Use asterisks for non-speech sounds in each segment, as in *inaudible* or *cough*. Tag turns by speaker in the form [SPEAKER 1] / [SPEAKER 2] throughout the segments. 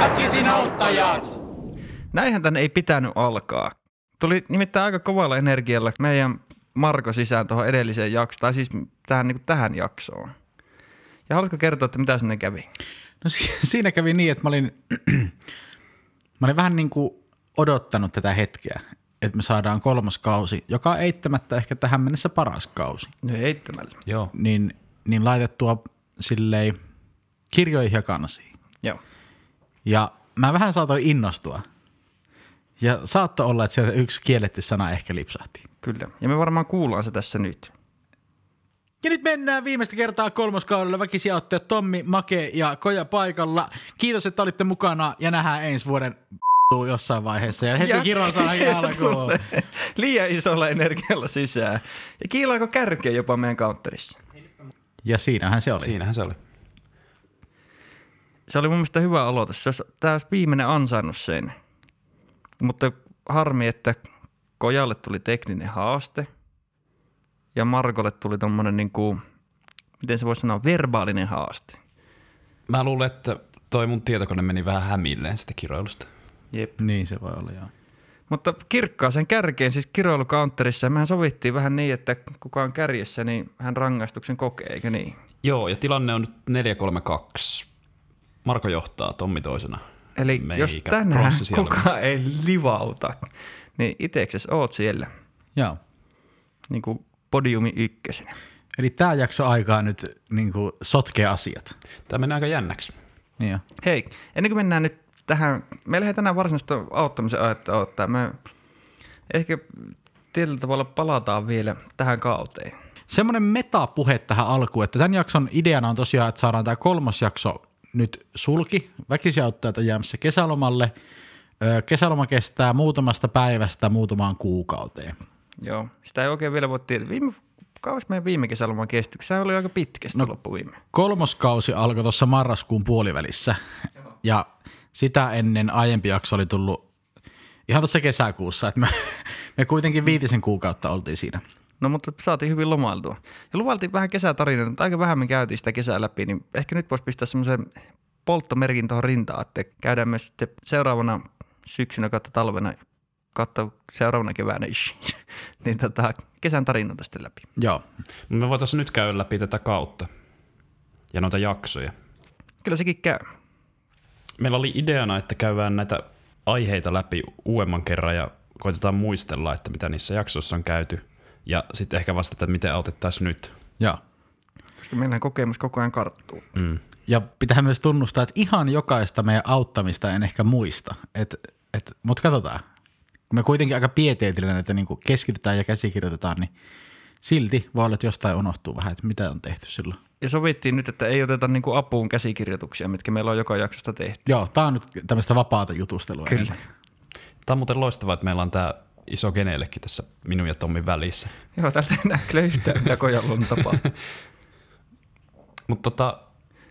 [SPEAKER 1] väkisin auttajat!
[SPEAKER 2] Näinhän tän ei pitänyt alkaa. Tuli nimittäin aika kovalla energialla meidän Marko sisään tuohon edelliseen jaksoon, tai siis tähän, niin tähän jaksoon. Ja haluatko kertoa, että mitä sinne kävi?
[SPEAKER 3] No si- *laughs* siinä kävi niin, että mä olin, *clears throat* mä olin vähän niin kuin odottanut tätä hetkeä, että me saadaan kolmas kausi, joka on eittämättä ehkä tähän mennessä paras kausi,
[SPEAKER 2] No heittämällä.
[SPEAKER 1] Joo.
[SPEAKER 3] niin, niin laitettua silleen kirjoihin ja kansiin.
[SPEAKER 2] Joo.
[SPEAKER 3] Ja mä vähän saatoin innostua. Ja saattoi olla, että sieltä yksi kielletty sana ehkä lipsahti.
[SPEAKER 2] Kyllä. Ja me varmaan kuullaan se tässä nyt.
[SPEAKER 3] Ja nyt mennään viimeistä kertaa kolmoskaudella väkisijaottaja Tommi, Make ja Koja paikalla. Kiitos, että olitte mukana ja nähdään ensi vuoden *laughs* jossain vaiheessa. Ja heti
[SPEAKER 2] Ja-
[SPEAKER 3] kiron
[SPEAKER 2] *laughs*
[SPEAKER 3] sana alkuun.
[SPEAKER 2] Liian isolla energialla sisään. Ja kiilaako kärkeä jopa meidän counterissa?
[SPEAKER 3] Ja siinähän se oli.
[SPEAKER 1] Siinähän se oli.
[SPEAKER 2] Se oli mun mielestä hyvä aloitus. Se olisi, tämä olisi viimeinen ansainnut sen. Mutta harmi, että Kojalle tuli tekninen haaste ja Markolle tuli tommonen niin kuin, miten se voisi sanoa, verbaalinen haaste.
[SPEAKER 1] Mä luulen, että toi mun tietokone meni vähän hämilleen sitä kiroilusta.
[SPEAKER 2] Jep.
[SPEAKER 3] Niin se voi olla, joo.
[SPEAKER 2] Mutta kirkkaaseen kärkeen, siis kiroilukaunterissa, mehän sovittiin vähän niin, että kuka on kärjessä, niin hän rangaistuksen kokee, eikö niin?
[SPEAKER 1] Joo, ja tilanne on nyt 4-3-2. Marko johtaa, Tommi toisena.
[SPEAKER 2] Eli
[SPEAKER 1] Meikä
[SPEAKER 2] jos tänään
[SPEAKER 1] prossi
[SPEAKER 2] *laughs*
[SPEAKER 1] siellä.
[SPEAKER 2] kukaan ei livauta, niin itekses oot siellä
[SPEAKER 3] joo.
[SPEAKER 2] niin kuin podiumi ykkösenä.
[SPEAKER 3] Eli tämä jakso aikaa nyt niin kuin, sotkea asiat.
[SPEAKER 1] Tämä menee aika jännäksi.
[SPEAKER 3] Niin joo.
[SPEAKER 2] Hei, ennen kuin mennään nyt tähän, meillä ei tänään varsinaista auttamisen aihetta odottaa. Me ehkä tietyllä tavalla palataan vielä tähän kauteen.
[SPEAKER 3] Semmoinen metapuhe tähän alkuun, että tämän jakson ideana on tosiaan, että saadaan tämä kolmas jakso nyt sulki. Väkisijauttajat on jäämässä kesälomalle. Ö, Kesäloma kestää muutamasta päivästä muutamaan kuukauteen.
[SPEAKER 2] Joo, sitä ei oikein vielä voi tietää. Viime, kauas meidän viime kesäloman kesti, kun sehän oli aika pitkä no. loppuviime.
[SPEAKER 3] Kolmoskausi alkoi tuossa marraskuun puolivälissä ja sitä ennen aiempi jakso oli tullut ihan tuossa kesäkuussa, että me, me kuitenkin viitisen kuukautta oltiin siinä.
[SPEAKER 2] No mutta saatiin hyvin lomailtua. Ja luvaltiin vähän kesätarinoita, mutta aika vähän me käytiin sitä kesää läpi, niin ehkä nyt voisi pistää semmoisen polttomerkin tuohon rintaan, että käydään myös sitten seuraavana syksynä kautta talvena, kautta seuraavana keväänä, ish, *laughs* niin tota, kesän tarinoita sitten läpi.
[SPEAKER 3] Joo,
[SPEAKER 1] Me voitaisiin nyt käydä läpi tätä kautta ja noita jaksoja.
[SPEAKER 2] Kyllä sekin käy.
[SPEAKER 1] Meillä oli ideana, että käydään näitä aiheita läpi uudemman kerran ja koitetaan muistella, että mitä niissä jaksoissa on käyty. Ja sitten ehkä vastata, että miten autettaisiin nyt.
[SPEAKER 3] joo.
[SPEAKER 2] Koska meillä kokemus koko ajan karttuu.
[SPEAKER 1] Mm.
[SPEAKER 3] Ja pitää myös tunnustaa, että ihan jokaista meidän auttamista en ehkä muista. Et, et, Mutta katsotaan. Kun me kuitenkin aika pieteetillä näitä niin keskitytään ja käsikirjoitetaan, niin silti voi olla, että jostain unohtuu vähän, että mitä on tehty silloin.
[SPEAKER 2] Ja sovittiin nyt, että ei oteta niinku apuun käsikirjoituksia, mitkä meillä on joka jaksosta tehty.
[SPEAKER 3] Joo, tämä on nyt tämmöistä vapaata jutustelua. enemmän.
[SPEAKER 1] Tämä on muuten loistavaa, että meillä on tämä iso geneellekin tässä minun ja Tommin välissä.
[SPEAKER 2] Joo, täältä ei enää kyllä yhtään, mitä kojalla on tapahtunut.
[SPEAKER 1] Mutta tota,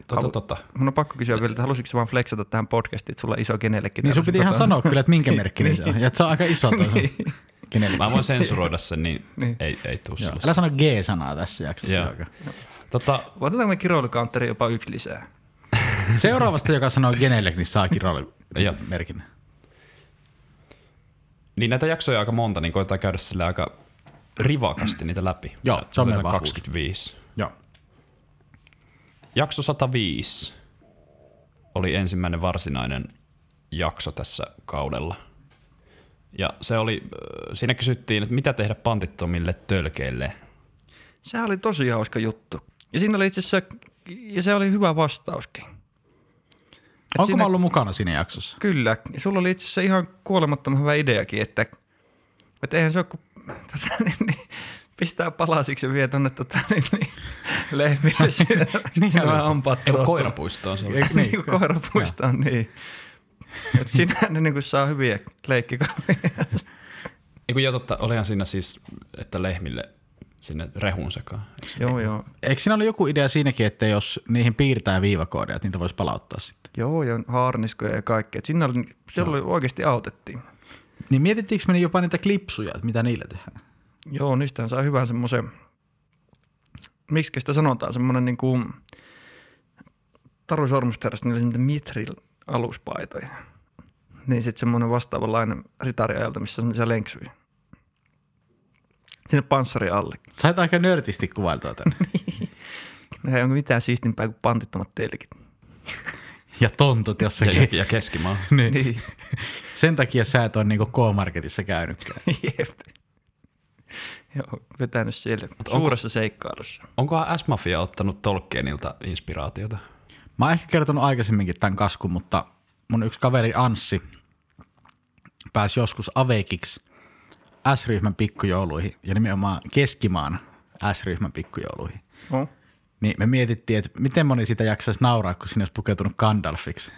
[SPEAKER 1] tota,
[SPEAKER 2] Halu-
[SPEAKER 1] tota.
[SPEAKER 2] Mun on pakko kysyä vielä, että halusitko sä vaan flexata tähän podcastiin, että sulla on iso kenellekin?
[SPEAKER 3] Niin sun piti ihan
[SPEAKER 2] tällaisen- tota-
[SPEAKER 3] sanoa kyllä, että minkä merkkinen se on. Ja että se on aika iso tuossa. Kenelle?
[SPEAKER 1] Niin, Mä voin sensuroida
[SPEAKER 3] *laughs*
[SPEAKER 1] sen, niin,
[SPEAKER 2] Niin.
[SPEAKER 1] ei, ei tuu
[SPEAKER 3] Joo.
[SPEAKER 1] sellaista.
[SPEAKER 3] Älä sano G-sanaa tässä jaksossa.
[SPEAKER 1] Joo.
[SPEAKER 3] Joka.
[SPEAKER 1] Tota,
[SPEAKER 2] Otetaanko me kiroilukaunteri jopa yksi lisää?
[SPEAKER 3] Seuraavasta, joka sanoo Genelek, niin saa
[SPEAKER 1] Joo.
[SPEAKER 3] merkinnän.
[SPEAKER 1] niin näitä jaksoja on aika monta, niin koitetaan käydä sille aika rivakasti niitä läpi.
[SPEAKER 3] Joo,
[SPEAKER 1] Ja
[SPEAKER 3] se on meidän
[SPEAKER 1] otetaan
[SPEAKER 3] vahvuus.
[SPEAKER 1] 25.
[SPEAKER 3] Joo.
[SPEAKER 1] Jakso 105 oli ensimmäinen varsinainen jakso tässä kaudella. Ja se oli, äh, siinä kysyttiin, että mitä tehdä pantittomille tölkeille.
[SPEAKER 2] Sehän oli tosi hauska juttu. Ja siinä oli itse asiassa, ja se oli hyvä vastauskin. Et
[SPEAKER 3] Onko
[SPEAKER 2] siinä-
[SPEAKER 3] mä ollut mukana siinä jaksossa?
[SPEAKER 2] Kyllä. Ja sulla oli itse asiassa ihan kuolemattoman hyvä ideakin, että, että eihän se ole kuin *laughs* tota, niin, niin, pistää palasiksi ja vie tonne tota, niin, niin, lehmille syötäväksi. *laughs* niin, vähän hampaat
[SPEAKER 1] Ei, kun
[SPEAKER 2] pudottu.
[SPEAKER 1] koirapuistoon se oli.
[SPEAKER 3] Ei,
[SPEAKER 2] niin, niin koirapuistoon, niin. Et sinähän ne niin kuin saa hyviä leikkikavereita.
[SPEAKER 1] Ei, kun joo, totta, olihan siinä siis, että lehmille sinne rehun sekaan.
[SPEAKER 2] *laughs* joo, joo.
[SPEAKER 3] Eikö siinä ole joku idea siinäkin, että jos niihin piirtää viivakoodia, että niitä voisi palauttaa sitten?
[SPEAKER 2] Joo, ja haarniskoja ja kaikkea. Et Siinä oli, siellä oli, oikeasti autettiin.
[SPEAKER 3] Niin mietittiinkö me jopa niitä klipsuja, että mitä niillä tehdään?
[SPEAKER 2] Joo, niistähän saa hyvän semmoisen, miksi niinku sitä sanotaan, semmoinen niin kuin Taru Sormusterrasta, niillä oli semmoinen mitril aluspaitoja. Niin sitten semmoinen vastaavanlainen ritariajalta, missä on niissä lenksuja. Sinne panssari alle.
[SPEAKER 3] Sait aika nörtisti kuvailtua tänne.
[SPEAKER 2] No ei onko mitään siistimpää kuin pantittomat telkit.
[SPEAKER 3] *laughs* ja tontut
[SPEAKER 1] Ja, ja,
[SPEAKER 3] jossakin.
[SPEAKER 1] ja keskimaa.
[SPEAKER 3] niin.
[SPEAKER 2] Niin.
[SPEAKER 3] Sen takia sä et ole niinku K-Marketissa *laughs* käynytkään.
[SPEAKER 2] *laughs* Jep. Joo, vetänyt siellä suuressa seikkailussa.
[SPEAKER 1] Onkohan S-Mafia ottanut Tolkienilta inspiraatiota?
[SPEAKER 3] Mä oon ehkä kertonut aikaisemminkin tämän kaskun, mutta mun yksi kaveri Anssi pääsi joskus Avekiksi S-ryhmän pikkujouluihin ja nimenomaan Keskimaan S-ryhmän pikkujouluihin.
[SPEAKER 2] *laughs* No.
[SPEAKER 3] Niin me mietittiin, että miten moni sitä jaksaisi nauraa, kun sinne olisi pukeutunut Gandalfiksi.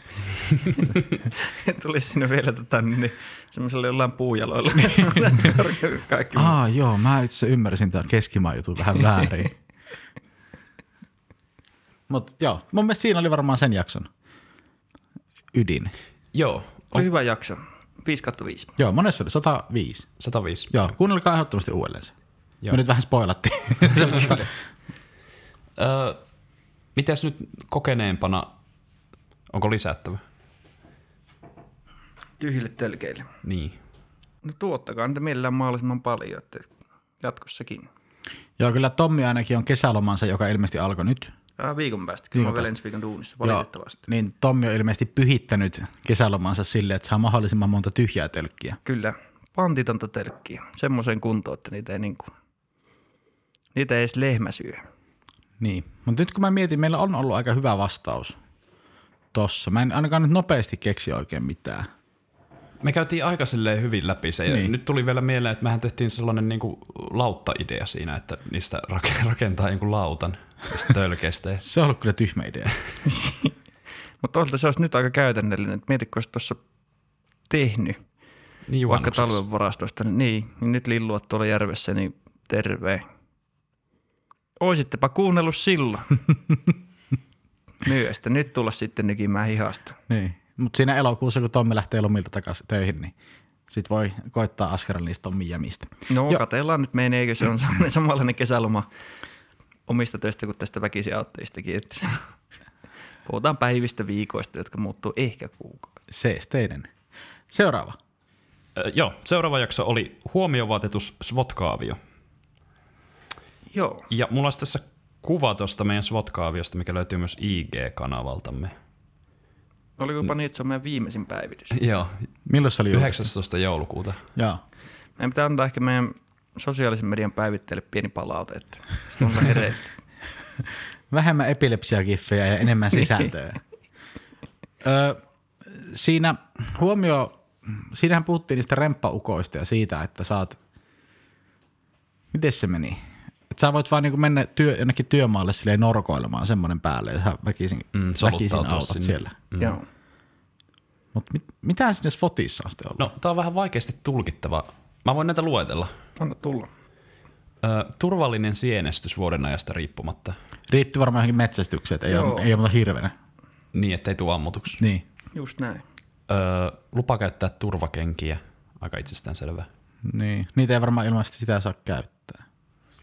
[SPEAKER 2] Tuli sinne vielä tota, niin, semmoiselle jollain puujaloilla. *laughs* Kaikki Niin. ah.
[SPEAKER 3] Aa joo, mä itse asiassa ymmärsin tämän keskimaan jutun vähän väärin. Mutta joo, mun mielestä siinä oli varmaan sen jakson ydin.
[SPEAKER 1] Joo,
[SPEAKER 2] Oli
[SPEAKER 1] on
[SPEAKER 2] hyvä jakso. 5 kautta 5.
[SPEAKER 3] Joo, monessa oli 105.
[SPEAKER 1] 105.
[SPEAKER 3] Joo, kuunnelkaa ehdottomasti uudelleen se.
[SPEAKER 1] Joo.
[SPEAKER 3] Me nyt vähän spoilattiin.
[SPEAKER 1] Öö, mitäs nyt kokeneempana, onko lisättävä?
[SPEAKER 2] Tyhjille telkeille.
[SPEAKER 1] Niin.
[SPEAKER 2] No tuottakaa niitä mielellään mahdollisimman paljon, että jatkossakin.
[SPEAKER 3] joo, kyllä Tommi ainakin on kesälomansa, joka ilmeisesti alkoi nyt.
[SPEAKER 2] Ää, viikon päästä, kun mä oon vielä ensi viikon duunissa, valitettavasti.
[SPEAKER 3] Joo, niin Tommi on ilmeisesti pyhittänyt kesälomansa silleen, että saa mahdollisimman monta tyhjää tölkkiä.
[SPEAKER 2] Kyllä, pantitonta telkkiä. Semmoiseen kuntoon, että niitä ei niinku, niitä ei edes lehmä syö.
[SPEAKER 3] Niin, mutta nyt kun mä mietin, meillä on ollut aika hyvä vastaus tossa. Mä en ainakaan nyt nopeasti keksi oikein mitään.
[SPEAKER 1] Me käytiin aika silleen hyvin läpi se. Niin.
[SPEAKER 3] Niin.
[SPEAKER 1] Nyt tuli vielä mieleen, että mehän tehtiin sellainen niinku lautta-idea siinä, että niistä rak- rakentaa jonkun lautan niistä tölkeistä. Ja
[SPEAKER 3] Se on ollut kyllä tyhmä idea.
[SPEAKER 2] Mutta toisaalta se olisi nyt aika käytännöllinen, että mieti, kun olisi tuossa tehnyt
[SPEAKER 1] niin
[SPEAKER 2] vaikka
[SPEAKER 1] juhannukseksi.
[SPEAKER 2] talven varastoista, niin, niin niin nyt lillua tuolla järvessä, niin terve. Oisittepa kuunnellut silloin. Myöstä. Nyt tulla sitten nykimään hihasta.
[SPEAKER 3] niin. Mutta siinä elokuussa, kun Tommi lähtee lomilta takaisin töihin, niin sit voi koittaa askarella niistä Tommin jämistä.
[SPEAKER 2] No Joo. katellaan nyt meidän, eikö se on sellainen samanlainen kesäloma omista töistä kuin tästä väkisin autteistakin. Että puhutaan päivistä, viikoista, jotka muuttuu ehkä kuukauden.
[SPEAKER 3] Seesteinen. Seuraava.
[SPEAKER 1] Öö, joo, seuraava jakso oli huomiovaatetus Svotkaavio.
[SPEAKER 2] Joo.
[SPEAKER 1] Ja mulla olisi tässä kuva tuosta meidän Svotkaaviosta, mikä löytyy myös IG-kanavaltamme.
[SPEAKER 2] Oliko niin, Panitsa meidän viimeisin päivitys?
[SPEAKER 1] Joo,
[SPEAKER 3] Milloin se oli julkaistu?
[SPEAKER 1] 19. joulukuuta.
[SPEAKER 3] Joo.
[SPEAKER 2] Meidän pitää antaa ehkä meidän sosiaalisen median päivittäjille pieni palaute, että se on hereillä.
[SPEAKER 3] Vähemmän epilepsiakiffejä ja enemmän sisältöä. Öö, siinä huomio, siinähän puhuttiin niistä remppaukoista ja siitä, että saat, miten se meni? Että sä voit vaan niinku mennä työ, jonnekin työmaalle silleen norkoilemaan semmoinen päälle ja sä väkisin,
[SPEAKER 1] Mm,
[SPEAKER 3] mm, väkisin
[SPEAKER 1] soluttautua
[SPEAKER 3] autat
[SPEAKER 1] sinne.
[SPEAKER 3] sinne. siellä.
[SPEAKER 2] Mm. Joo.
[SPEAKER 3] Mutta mit, mitä sinne Spotissa on sitten ollut?
[SPEAKER 1] No, tää on vähän vaikeasti tulkittava. Mä voin näitä luetella.
[SPEAKER 2] Anna tulla.
[SPEAKER 1] Ö, turvallinen sienestys vuoden ajasta riippumatta.
[SPEAKER 3] Riittyy varmaan johonkin metsästykseen, että ei,
[SPEAKER 2] Joo.
[SPEAKER 3] ole, ei ole muuta hirvenä.
[SPEAKER 1] Niin, ettei tule ammutuksi.
[SPEAKER 3] Niin.
[SPEAKER 2] Just näin.
[SPEAKER 1] Öö, lupa käyttää turvakenkiä. Aika itsestäänselvää.
[SPEAKER 3] Niin, niitä ei varmaan ilmeisesti sitä saa käyttää.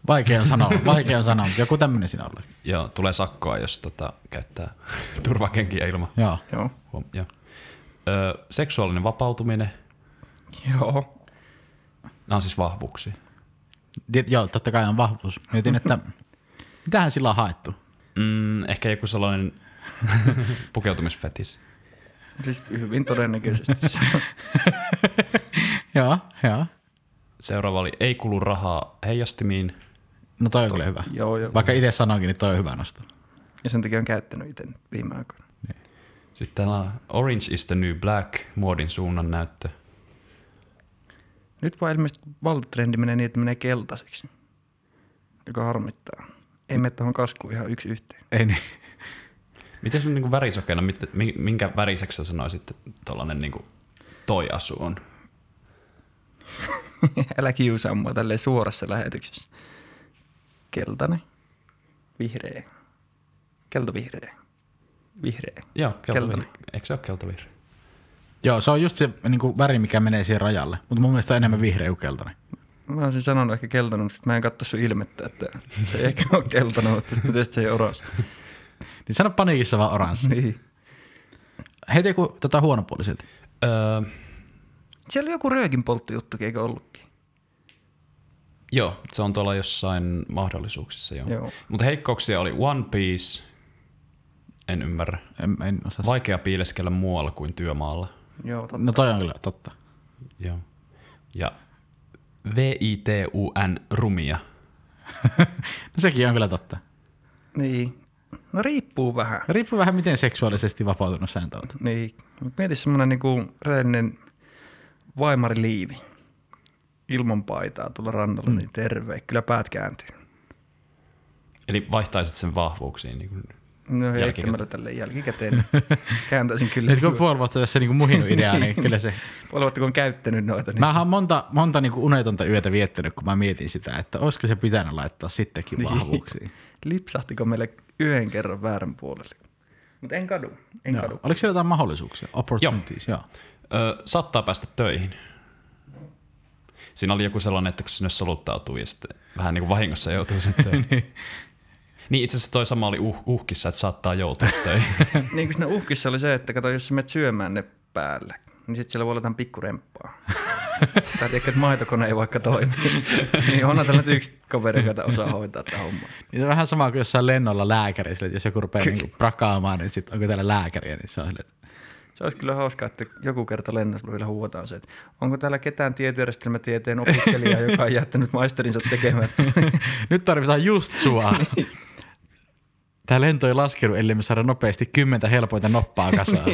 [SPEAKER 3] Vaikea on sanoa, vaikea on sanoa, mutta joku tämmöinen siinä oli.
[SPEAKER 1] Joo, tulee sakkoa, jos tota, käyttää *laughs* turvakenkiä ilman.
[SPEAKER 3] Joo.
[SPEAKER 2] Joo.
[SPEAKER 1] Huom- joo. Öö, seksuaalinen vapautuminen.
[SPEAKER 2] Joo.
[SPEAKER 1] Nämä on siis vahvuuksia.
[SPEAKER 3] Tiet- joo, totta kai on vahvuus. Mietin, *laughs* että mitähän sillä on haettu?
[SPEAKER 1] Mm, ehkä joku sellainen *laughs* pukeutumisfetis.
[SPEAKER 2] Siis hyvin todennäköisesti se on.
[SPEAKER 3] Joo, joo.
[SPEAKER 1] Seuraava oli ei kulu rahaa heijastimiin.
[SPEAKER 3] No toi on kyllä hyvä.
[SPEAKER 2] *laughs* Joo, joo.
[SPEAKER 3] Vaikka itse sanoinkin, niin toi on hyvä nosto.
[SPEAKER 2] Ja sen takia on käyttänyt itse nyt viime aikoina.
[SPEAKER 1] Sitten täällä on Orange is the new black, muodin suunnan näyttö.
[SPEAKER 2] Nyt vaan ilmeisesti valtatrendi menee niin, että menee keltaiseksi. Joka harmittaa. Ei mene tuohon kaskuun ihan yksi yhteen.
[SPEAKER 3] Ei niin.
[SPEAKER 1] Miten sun niin värisokeena, mit- mi- minkä väriseksi sä sanoisit, että tollanen niin toi asu on?
[SPEAKER 2] *laughs* Älä kiusaa mua tälleen suorassa lähetyksessä. Keltainen. Vihreä. Keltovihreä. Vihreä.
[SPEAKER 1] Joo, keltavihreä.
[SPEAKER 2] Keltainen.
[SPEAKER 1] Eikö se ole keltavihreä?
[SPEAKER 3] *laughs* Joo, se on just se niin kuin väri, mikä menee siihen rajalle. Mutta mun mielestä se on enemmän vihreä kuin keltainen.
[SPEAKER 2] Mä olisin sanonut ehkä keltainen, mutta sit mä en katso sun ilmettä, että se ei ehkä ole *laughs* keltainen, mutta sit miten sit se ei oras.
[SPEAKER 3] Niin sano paniikissa vaan oranssi.
[SPEAKER 2] Niin.
[SPEAKER 3] Heti joku tota huonopuolisilta.
[SPEAKER 1] Öö,
[SPEAKER 2] Siellä oli joku röökin polttojuttukin, eikö ollutkin?
[SPEAKER 1] joo, se on tuolla jossain mahdollisuuksissa joo.
[SPEAKER 2] Joo.
[SPEAKER 1] joo. Mutta heikkouksia oli One Piece, en ymmärrä.
[SPEAKER 3] En, en osaa. Va-
[SPEAKER 1] Vaikea piileskellä muualla kuin työmaalla.
[SPEAKER 2] Joo, totta.
[SPEAKER 3] no toi on kyllä *laughs* totta.
[SPEAKER 1] Joo. Ja V-I-T-U-N rumia.
[SPEAKER 3] No sekin on kyllä totta.
[SPEAKER 2] Niin. No riippuu vähän.
[SPEAKER 3] Riippuu vähän miten seksuaalisesti vapautunut sääntö on.
[SPEAKER 2] Niin. Mut Mieti semmoinen niinku rehellinen vaimariliivi ilman paitaa tuolla rannalla, mm. niin terve. Kyllä päät kääntyy.
[SPEAKER 1] Eli vaihtaisit sen vahvuuksiin. Niin kuin.
[SPEAKER 2] No heittämällä
[SPEAKER 1] Jälkikäteen.
[SPEAKER 2] tälle jälkikäteen. Kääntäisin kyllä.
[SPEAKER 3] Nyt kun on puoli vuotta tässä niinku muhinut ideaa, *laughs* niin kyllä se...
[SPEAKER 2] Olevatteko on käyttänyt noita? Niin
[SPEAKER 3] Mä oon monta, monta niinku unetonta yötä viettänyt, kun mä mietin sitä, että olisiko se pitänyt laittaa sittenkin vahvuuksiin.
[SPEAKER 2] Lipsahtiko meille yhden kerran väärän puolelle? Mutta en kadu. En
[SPEAKER 3] Joo.
[SPEAKER 2] kadu.
[SPEAKER 3] Oliko siellä jotain mahdollisuuksia? Opportunities, joo.
[SPEAKER 1] Ö, saattaa päästä töihin. Siinä oli joku sellainen, että kun sinne soluttautuu ja sitten vähän niin kuin vahingossa joutuu sen töihin. niin. niin itse asiassa toi sama oli uh, uhkissa, että saattaa joutua töihin.
[SPEAKER 2] Niin kuin siinä uhkissa oli se, että kato, jos sä menet syömään ne päälle, niin sitten siellä voi olla jotain *laughs* pikkuremppaa. tai tiedätkö, että maitokone ei vaikka toimi. *laughs* niin onhan tällä nyt yksi kaveri, joka osaa hoitaa tätä hommaa.
[SPEAKER 3] Niin se on vähän sama kuin jossain lennolla lääkäri, sille, että jos joku rupeaa niinku prakaamaan, niin sit, onko täällä lääkäriä, niin se on sille, että
[SPEAKER 2] Se olisi kyllä hauskaa, että joku kerta lennosluilla huutaan se, että onko täällä ketään tietojärjestelmätieteen opiskelijaa, joka on jättänyt maisterinsa tekemättä.
[SPEAKER 3] nyt tarvitaan just *laughs* sua. Tämä lento ei laskenut, ellei me saada nopeasti kymmentä helpointa noppaa kasaan.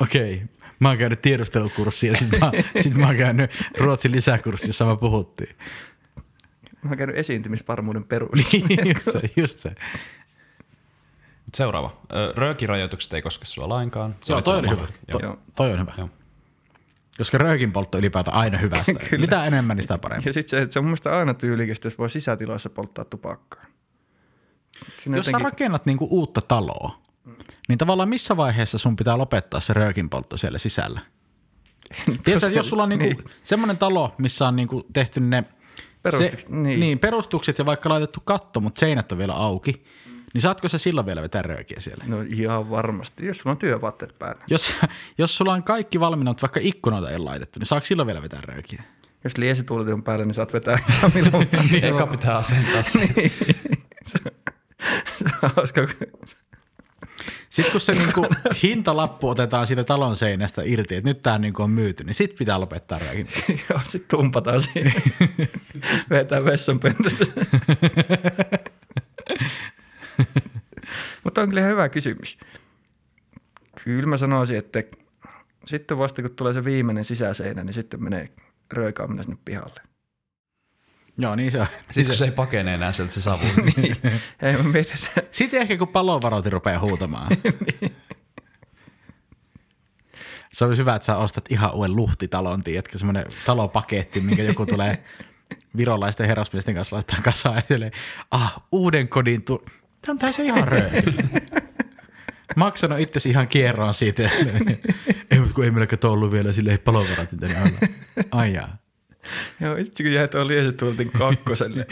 [SPEAKER 3] Okei, mä oon käynyt tiedustelukurssia ja sit mä, sit mä oon käynyt ruotsin lisäkurssi, jossa mä puhuttiin.
[SPEAKER 2] Mä oon käynyt esiintymisvarmuuden peruudessa.
[SPEAKER 3] just se, just se.
[SPEAKER 1] Mut Seuraava. Ö, Röökirajoitukset ei koske sua lainkaan. Se
[SPEAKER 3] Joo, toi oli hyvä.
[SPEAKER 1] tuolla mahdollista.
[SPEAKER 3] To,
[SPEAKER 2] Joo.
[SPEAKER 3] toi on hyvä.
[SPEAKER 1] Joo.
[SPEAKER 3] Koska röökin poltto ylipäätään aina hyvästä.
[SPEAKER 2] *laughs* Kyllä.
[SPEAKER 3] Mitä enemmän, niin sitä parempi.
[SPEAKER 2] Ja sitten se, että se on mun mielestä aina tyylikästä, jos voi sisätiloissa polttaa tupakkaa. Siinä
[SPEAKER 3] Jos sä rakennat niinku uutta taloa, niin tavallaan missä vaiheessa sun pitää lopettaa se röökinpoltto siellä sisällä? Tiedätkö,
[SPEAKER 2] *laughs*
[SPEAKER 3] että jos sulla on niinku niin. semmoinen talo, missä on niinku tehty ne
[SPEAKER 2] Perustukset, niin.
[SPEAKER 3] niin. Niin, perustukset ja vaikka laitettu katto, mutta seinät on vielä auki, niin saatko sä silloin vielä vetää röökiä siellä?
[SPEAKER 2] No ihan varmasti, jos sulla on työvaatteet päällä.
[SPEAKER 3] Jos, jos sulla on kaikki valmiina, mutta vaikka ikkunoita ei ole laitettu, niin saako silloin vielä vetää röökiä?
[SPEAKER 2] Jos liesituuletin on päällä, niin saat vetää ihan milloin.
[SPEAKER 1] *laughs*
[SPEAKER 2] Niin.
[SPEAKER 1] Eka pitää
[SPEAKER 3] *laughs*
[SPEAKER 1] asentaa
[SPEAKER 3] Niin.
[SPEAKER 1] se.
[SPEAKER 2] Hauska, kun-
[SPEAKER 3] Sitten kun se *laughs* niinku hintalappu otetaan siitä talon seinästä irti, että nyt tämä niinku on myyty, niin sit pitää lopettaa röökin.
[SPEAKER 2] Joo, sit tumpataan siinä. Vetää vessanpöntöstä. Mutta on kyllä hyvä kysymys. Kyllä mä sanoisin, että sitten vasta kun tulee se viimeinen sisäseinä, niin sitten menee röikaaminen sinne pihalle.
[SPEAKER 3] Joo, niin se on.
[SPEAKER 1] Sitten Siis kun se ei pakene enää sieltä se
[SPEAKER 3] *laughs*
[SPEAKER 1] savu.
[SPEAKER 3] Niin.
[SPEAKER 2] Ei mä mietin, että
[SPEAKER 3] Sitten ehkä kun palovaroti rupeaa huutamaan. Se olisi hyvä, että sä ostat ihan uuden luhtitalon, tiedätkö, semmoinen talopaketti, minkä joku tulee virolaisten herrasmiesten kanssa laittaa kasaan ja silleen, ah, uuden kodin tu... Tämä on täysin ihan rööki. Maksanut itsesi ihan kierroon siitä. ei, mutta kun ei meillä kato ollut vielä silleen palovarotin tänne alla. Ai jaa.
[SPEAKER 2] joo, itse kun jäi tuohon liesituuletin kakkoselle.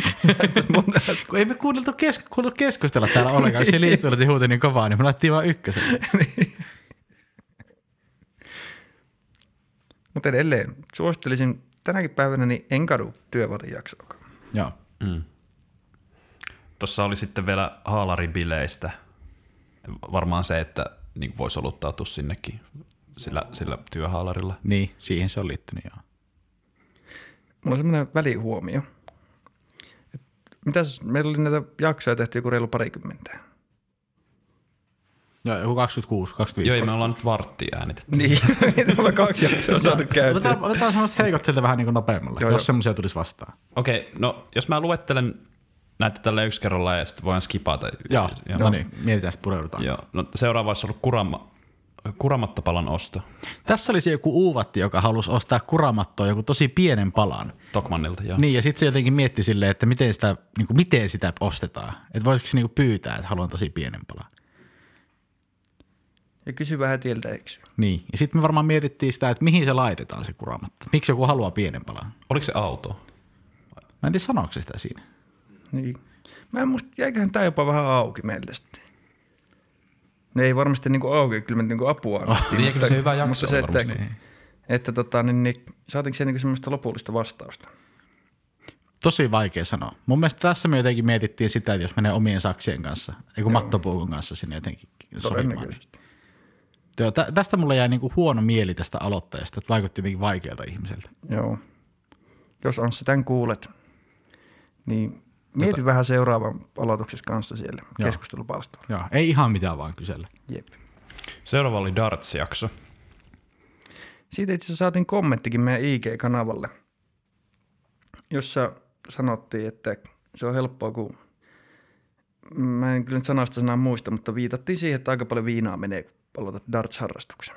[SPEAKER 3] Kun ei me kuunneltu, kes- kuunneltu keskustella täällä ollenkaan, kun se liistuuletin huuti niin kovaa, niin me laitettiin vaan ykkösen.
[SPEAKER 2] Mutta edelleen, suosittelisin tänäkin päivänä, niin en kadu työvaatejaksoakaan.
[SPEAKER 3] Joo.
[SPEAKER 1] Mm. Tuossa oli sitten vielä haalaribileistä. Varmaan se, että niin voisi soluttautua sinnekin sillä, sillä työhaalarilla.
[SPEAKER 3] Niin, siihen se on liittynyt, joo.
[SPEAKER 2] Mulla on semmoinen välihuomio. Et Mitäs, meillä oli näitä jaksoja tehty joku reilu
[SPEAKER 1] *laughs*
[SPEAKER 2] parikymmentä.
[SPEAKER 3] Joo, joku 26, 25.
[SPEAKER 1] Joo, ja me ollaan nyt varttia äänitetty.
[SPEAKER 2] *laughs* Niin, mitä ollaan kaksi
[SPEAKER 1] No,
[SPEAKER 2] jaksoa saatu käytyä.
[SPEAKER 3] Otetaan, otetaan semmoiset heikot sieltä vähän niin kuin nopeammalla,
[SPEAKER 2] Joo,
[SPEAKER 3] jos
[SPEAKER 2] joo.
[SPEAKER 3] semmoisia tulisi vastaan.
[SPEAKER 1] Okei, no jos mä luettelen näitä tällä yksi kerralla ja sitten voidaan skipata.
[SPEAKER 3] Joo, joo. no niin, mietitään, sitten pureudutaan. Joo.
[SPEAKER 1] Joo. No, seuraava olisi ollut kurama, kuramattapalan osto
[SPEAKER 3] Tässä oli se joku uuvatti, joka halusi ostaa kuramattoa joku tosi pienen palan.
[SPEAKER 1] Tokmannilta. Joo.
[SPEAKER 3] Niin, ja sitten se jotenkin mietti silleen, että miten sitä, niin kuin, miten sitä ostetaan. Että voisiko se niin kuin pyytää, että haluan tosi pienen palan.
[SPEAKER 2] Ja kysy vähän tieltä, eikö?
[SPEAKER 3] Niin, ja sitten me varmaan mietittiin sitä, että mihin se laitetaan se kuramatta. Miksi joku haluaa pienen palan?
[SPEAKER 1] Oliko se auto?
[SPEAKER 3] Mä en tiedä, sanoiko se sitä siinä.
[SPEAKER 2] Niin. Mä en muista, jäiköhän tää jopa vähän auki meiltä sitten. Ne ei varmasti niinku auki, kyllä me niinku apua annettiin.
[SPEAKER 1] Niin, kyllä se hyvä jakso
[SPEAKER 2] mutta
[SPEAKER 1] on
[SPEAKER 2] se, että,
[SPEAKER 1] varmasti. niin.
[SPEAKER 2] että tota, niin, niin, saatiinko se niinku semmoista lopullista vastausta?
[SPEAKER 3] Tosi vaikea sanoa. Mun mielestä tässä me jotenkin mietittiin sitä, että jos menee omien saksien kanssa, ei kun mattopuukon kanssa sinne jotenkin sovimaan. niin-
[SPEAKER 2] Todennäköisesti.
[SPEAKER 3] Joo, tä- tästä mulle jäi niinku huono mieli tästä aloitteesta, että vaikutti jotenkin vaikealta ihmiseltä.
[SPEAKER 2] Joo. Jos Anssi tämän kuulet, niin mieti tota. vähän seuraavan aloituksessa kanssa siellä
[SPEAKER 3] Joo.
[SPEAKER 2] keskustelupalstalla.
[SPEAKER 3] Joo, ei ihan mitään vaan kysellä.
[SPEAKER 2] Jep.
[SPEAKER 1] Seuraava oli Darts-jakso.
[SPEAKER 2] Siitä itse asiassa saatiin kommenttikin meidän IG-kanavalle, jossa sanottiin, että se on helppoa, kun mä en kyllä nyt sanasta sanaa muista, mutta viitattiin siihen, että aika paljon viinaa menee, kun aloitat darts-harrastuksen.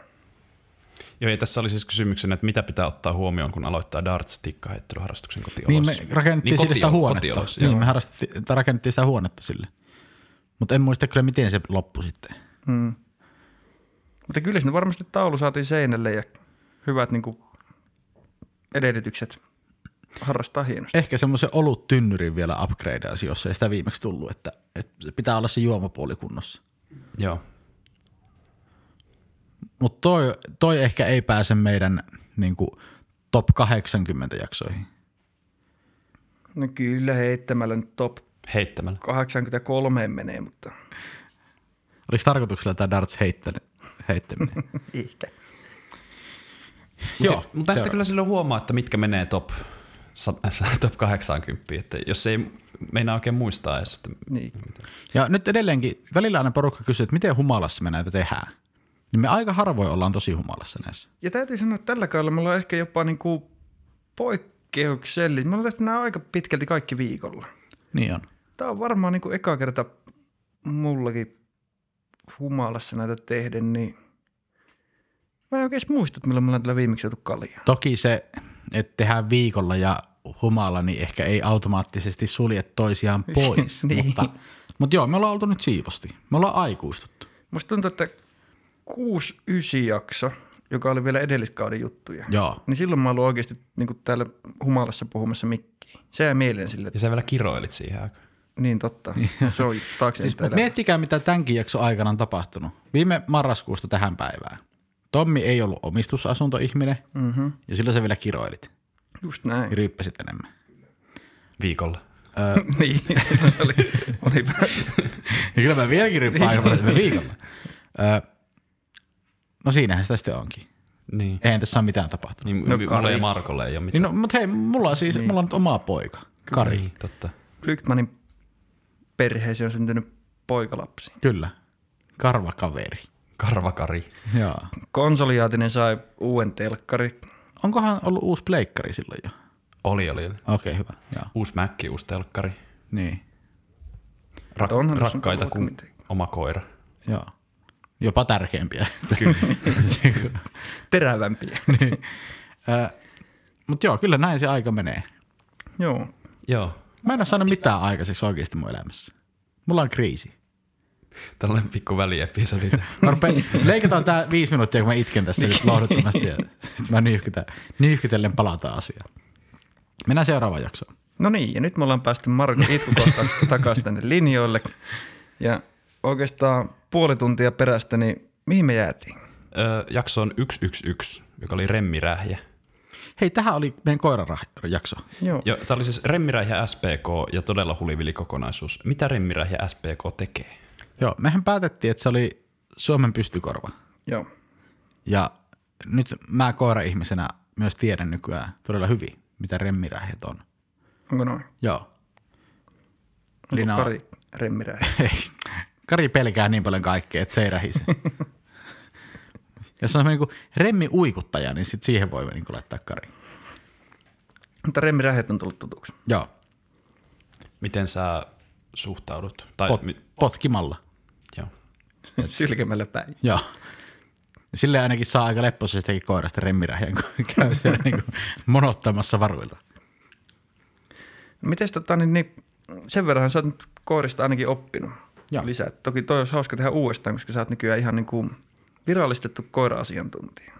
[SPEAKER 1] Joo, ja tässä oli siis kysymyksenä, että mitä pitää ottaa huomioon, kun aloittaa darts-tikkaheittelyharrastuksen
[SPEAKER 3] Niin
[SPEAKER 1] kotiolossa.
[SPEAKER 3] me rakennettiin niin
[SPEAKER 1] kotiolo-
[SPEAKER 3] sille sitä huonetta.
[SPEAKER 1] kotiolossa,
[SPEAKER 3] Niin,
[SPEAKER 1] joo.
[SPEAKER 3] me harrastettiin, tai rakennettiin sitä huonetta sille. Mutta en muista kyllä, miten se loppui sitten.
[SPEAKER 2] Mm. Mutta kyllä sinne varmasti taulu saatiin seinälle ja hyvät niin kuin, edellytykset harrastaa hienosti.
[SPEAKER 3] Ehkä semmoisen olut tynnyrin vielä upgradeasi, jos ei sitä viimeksi tullut, että, että se pitää olla se juomapuoli kunnossa. Niin.
[SPEAKER 1] Joo.
[SPEAKER 3] Mutta toi, toi, ehkä ei pääse meidän niinku, top 80 jaksoihin.
[SPEAKER 2] No kyllä heittämällä nyt top
[SPEAKER 1] Heittämällä.
[SPEAKER 2] 83 menee, mutta
[SPEAKER 3] Oliko tarkoituksella tämä darts heittäminen? *laughs* heittäminen?
[SPEAKER 2] ehkä.
[SPEAKER 3] Joo,
[SPEAKER 1] Mutta tästä
[SPEAKER 3] seuraava.
[SPEAKER 1] kyllä silloin huomaa, että mitkä menee top, sa- sa- *laughs* top 80. Että jos ei meinaa oikein muistaa edes, että
[SPEAKER 2] Niin.
[SPEAKER 3] Ja nyt edelleenkin, välillä aina porukka kysyy, että miten humalassa me näitä tehdään. Niin me aika harvoin ollaan tosi humalassa näissä.
[SPEAKER 2] Ja täytyy sanoa, että tällä kaudella me ollaan ehkä jopa niin kuin poikkeuksellinen. Me ollaan tehty nämä aika pitkälti kaikki viikolla.
[SPEAKER 3] Niin on.
[SPEAKER 2] Tämä on varmaan niin kuin eka kerta mullakin humalassa näitä tehden, niin mä en oikein muista, että milloin me ollaan tällä viimeksi otu kaljaa.
[SPEAKER 3] Toki se, että tehdään viikolla ja humala, niin ehkä ei automaattisesti sulje *laughs* toisiaan pois.
[SPEAKER 2] Niin.
[SPEAKER 3] mutta, mutta joo, me ollaan oltu nyt siivosti. Me ollaan aikuistuttu.
[SPEAKER 2] Musta tuntuu, että 6-9 jakso, joka oli vielä edelliskauden juttuja,
[SPEAKER 3] Joo.
[SPEAKER 2] niin silloin mä oon ollut oikeasti niin kuin täällä humalassa puhumassa mikkiin. Se jää mieleen sille, että
[SPEAKER 1] ja sä vielä kiroilit siihen aikaan.
[SPEAKER 2] niin totta, se on taakse
[SPEAKER 3] Siis,
[SPEAKER 2] siis
[SPEAKER 3] mut miettikää, mitä tämänkin jakson aikana on tapahtunut. Viime marraskuusta tähän päivään. Tommi ei ollut omistusasuntoihminen
[SPEAKER 2] mm-hmm.
[SPEAKER 3] ja silloin sä vielä kiroilit
[SPEAKER 2] Just näin.
[SPEAKER 3] ja ryyppäsit enemmän.
[SPEAKER 1] Viikolla.
[SPEAKER 2] *laughs* niin, se oli, oli
[SPEAKER 3] Ja *laughs* kyllä mä vieläkin ryyppään aika paljon viime viikolla. *laughs* Ö, no siinähän sitä sitten onkin.
[SPEAKER 1] Niin.
[SPEAKER 3] Eihän tässä ole mitään tapahtunut.
[SPEAKER 1] Niin,
[SPEAKER 2] No,
[SPEAKER 1] no, mulle
[SPEAKER 2] Kari.
[SPEAKER 1] ja Markolle ei ole mitään.
[SPEAKER 3] Niin no, mutta hei, mulla on siis, niin. mulla on nyt oma poika, Kari.
[SPEAKER 1] Niin, totta.
[SPEAKER 2] Brygmanin perheeseen on syntynyt poikalapsi.
[SPEAKER 3] Kyllä. Karvakaveri.
[SPEAKER 1] Karvakari.
[SPEAKER 3] Joo.
[SPEAKER 2] Konsoliaatinen sai uuden telkkari.
[SPEAKER 3] Onkohan ollut uusi pleikkari silloin jo?
[SPEAKER 1] Oli, oli. oli.
[SPEAKER 3] Okei, okay, hyvä. Joo.
[SPEAKER 1] Uusi mäkki, uusi telkkari.
[SPEAKER 3] Niin.
[SPEAKER 1] Rak-
[SPEAKER 2] Onhan tässä
[SPEAKER 1] rakkaita
[SPEAKER 2] ollut
[SPEAKER 1] kuin
[SPEAKER 2] kuitenkin.
[SPEAKER 1] oma koira.
[SPEAKER 3] Joo. Jopa tärkeämpiä. *laughs*
[SPEAKER 2] Terävämpiä.
[SPEAKER 3] Mutta joo, kyllä näin se aika menee.
[SPEAKER 2] *laughs* Joo.
[SPEAKER 1] Joo.
[SPEAKER 3] Mä en ole saanut mitään aikaiseksi oikeasti mun elämässä. Mulla on kriisi.
[SPEAKER 1] Tällainen pikku väliepisodi.
[SPEAKER 2] *laughs*
[SPEAKER 3] Mä rupean, *laughs* leikataan tää viisi minuuttia, kun mä itken tässä nyt lohduttomasti ja sit mä nyyhkytän, nyyhkytellen palataan asiaan. Mennään seuraavaan jaksoon.
[SPEAKER 2] No niin, ja nyt me ollaan päästy Marko itkukohtauksesta *laughs* takaisin tänne linjoille. Ja oikeastaan puoli tuntia perästä, niin mihin me jäätiin?
[SPEAKER 1] Öö, jakso on 111, joka oli remmirähjä.
[SPEAKER 3] Hei, tähän oli meidän koirajakso.
[SPEAKER 2] Joo.
[SPEAKER 1] Joo, tämä oli siis remmirähjä SPK ja todella hulivili-kokonaisuus. Mitä remmirähjä SPK tekee?
[SPEAKER 3] Joo, mehän päätettiin, että se oli Suomen pystykorva.
[SPEAKER 2] Joo.
[SPEAKER 3] Ja nyt mä koira-ihmisenä myös tiedän nykyään todella hyvin, mitä remmirähjät on.
[SPEAKER 2] Onko noin?
[SPEAKER 3] Joo. Eli
[SPEAKER 2] Onko
[SPEAKER 3] no, Kari.
[SPEAKER 2] Kari Remmiräinen?
[SPEAKER 3] Kari pelkää niin paljon kaikkea, että se ei rähise. Jos on semmoinen niin remmi uikuttaja, niin sit siihen voi niin laittaa Kari.
[SPEAKER 2] Mutta Remmirähet on tullut tutuksi.
[SPEAKER 3] Joo,
[SPEAKER 1] Miten sä suhtaudut? Tai,
[SPEAKER 3] pot,
[SPEAKER 1] mi-
[SPEAKER 3] potkimalla.
[SPEAKER 1] joo.
[SPEAKER 2] *laughs* Sylkemällä päin.
[SPEAKER 3] Joo. Sille ainakin saa aika leppoisestakin koirasta remmirähjän, kun *laughs* käy siellä niin monottamassa varuilla.
[SPEAKER 2] Mites tota, niin, niin sen verran sä oot nyt koirista ainakin oppinut
[SPEAKER 3] Joo.
[SPEAKER 2] Joo. lisää. Toki toi olisi hauska tehdä uudestaan, koska sä oot nykyään ihan niin kuin virallistettu koira-asiantuntija.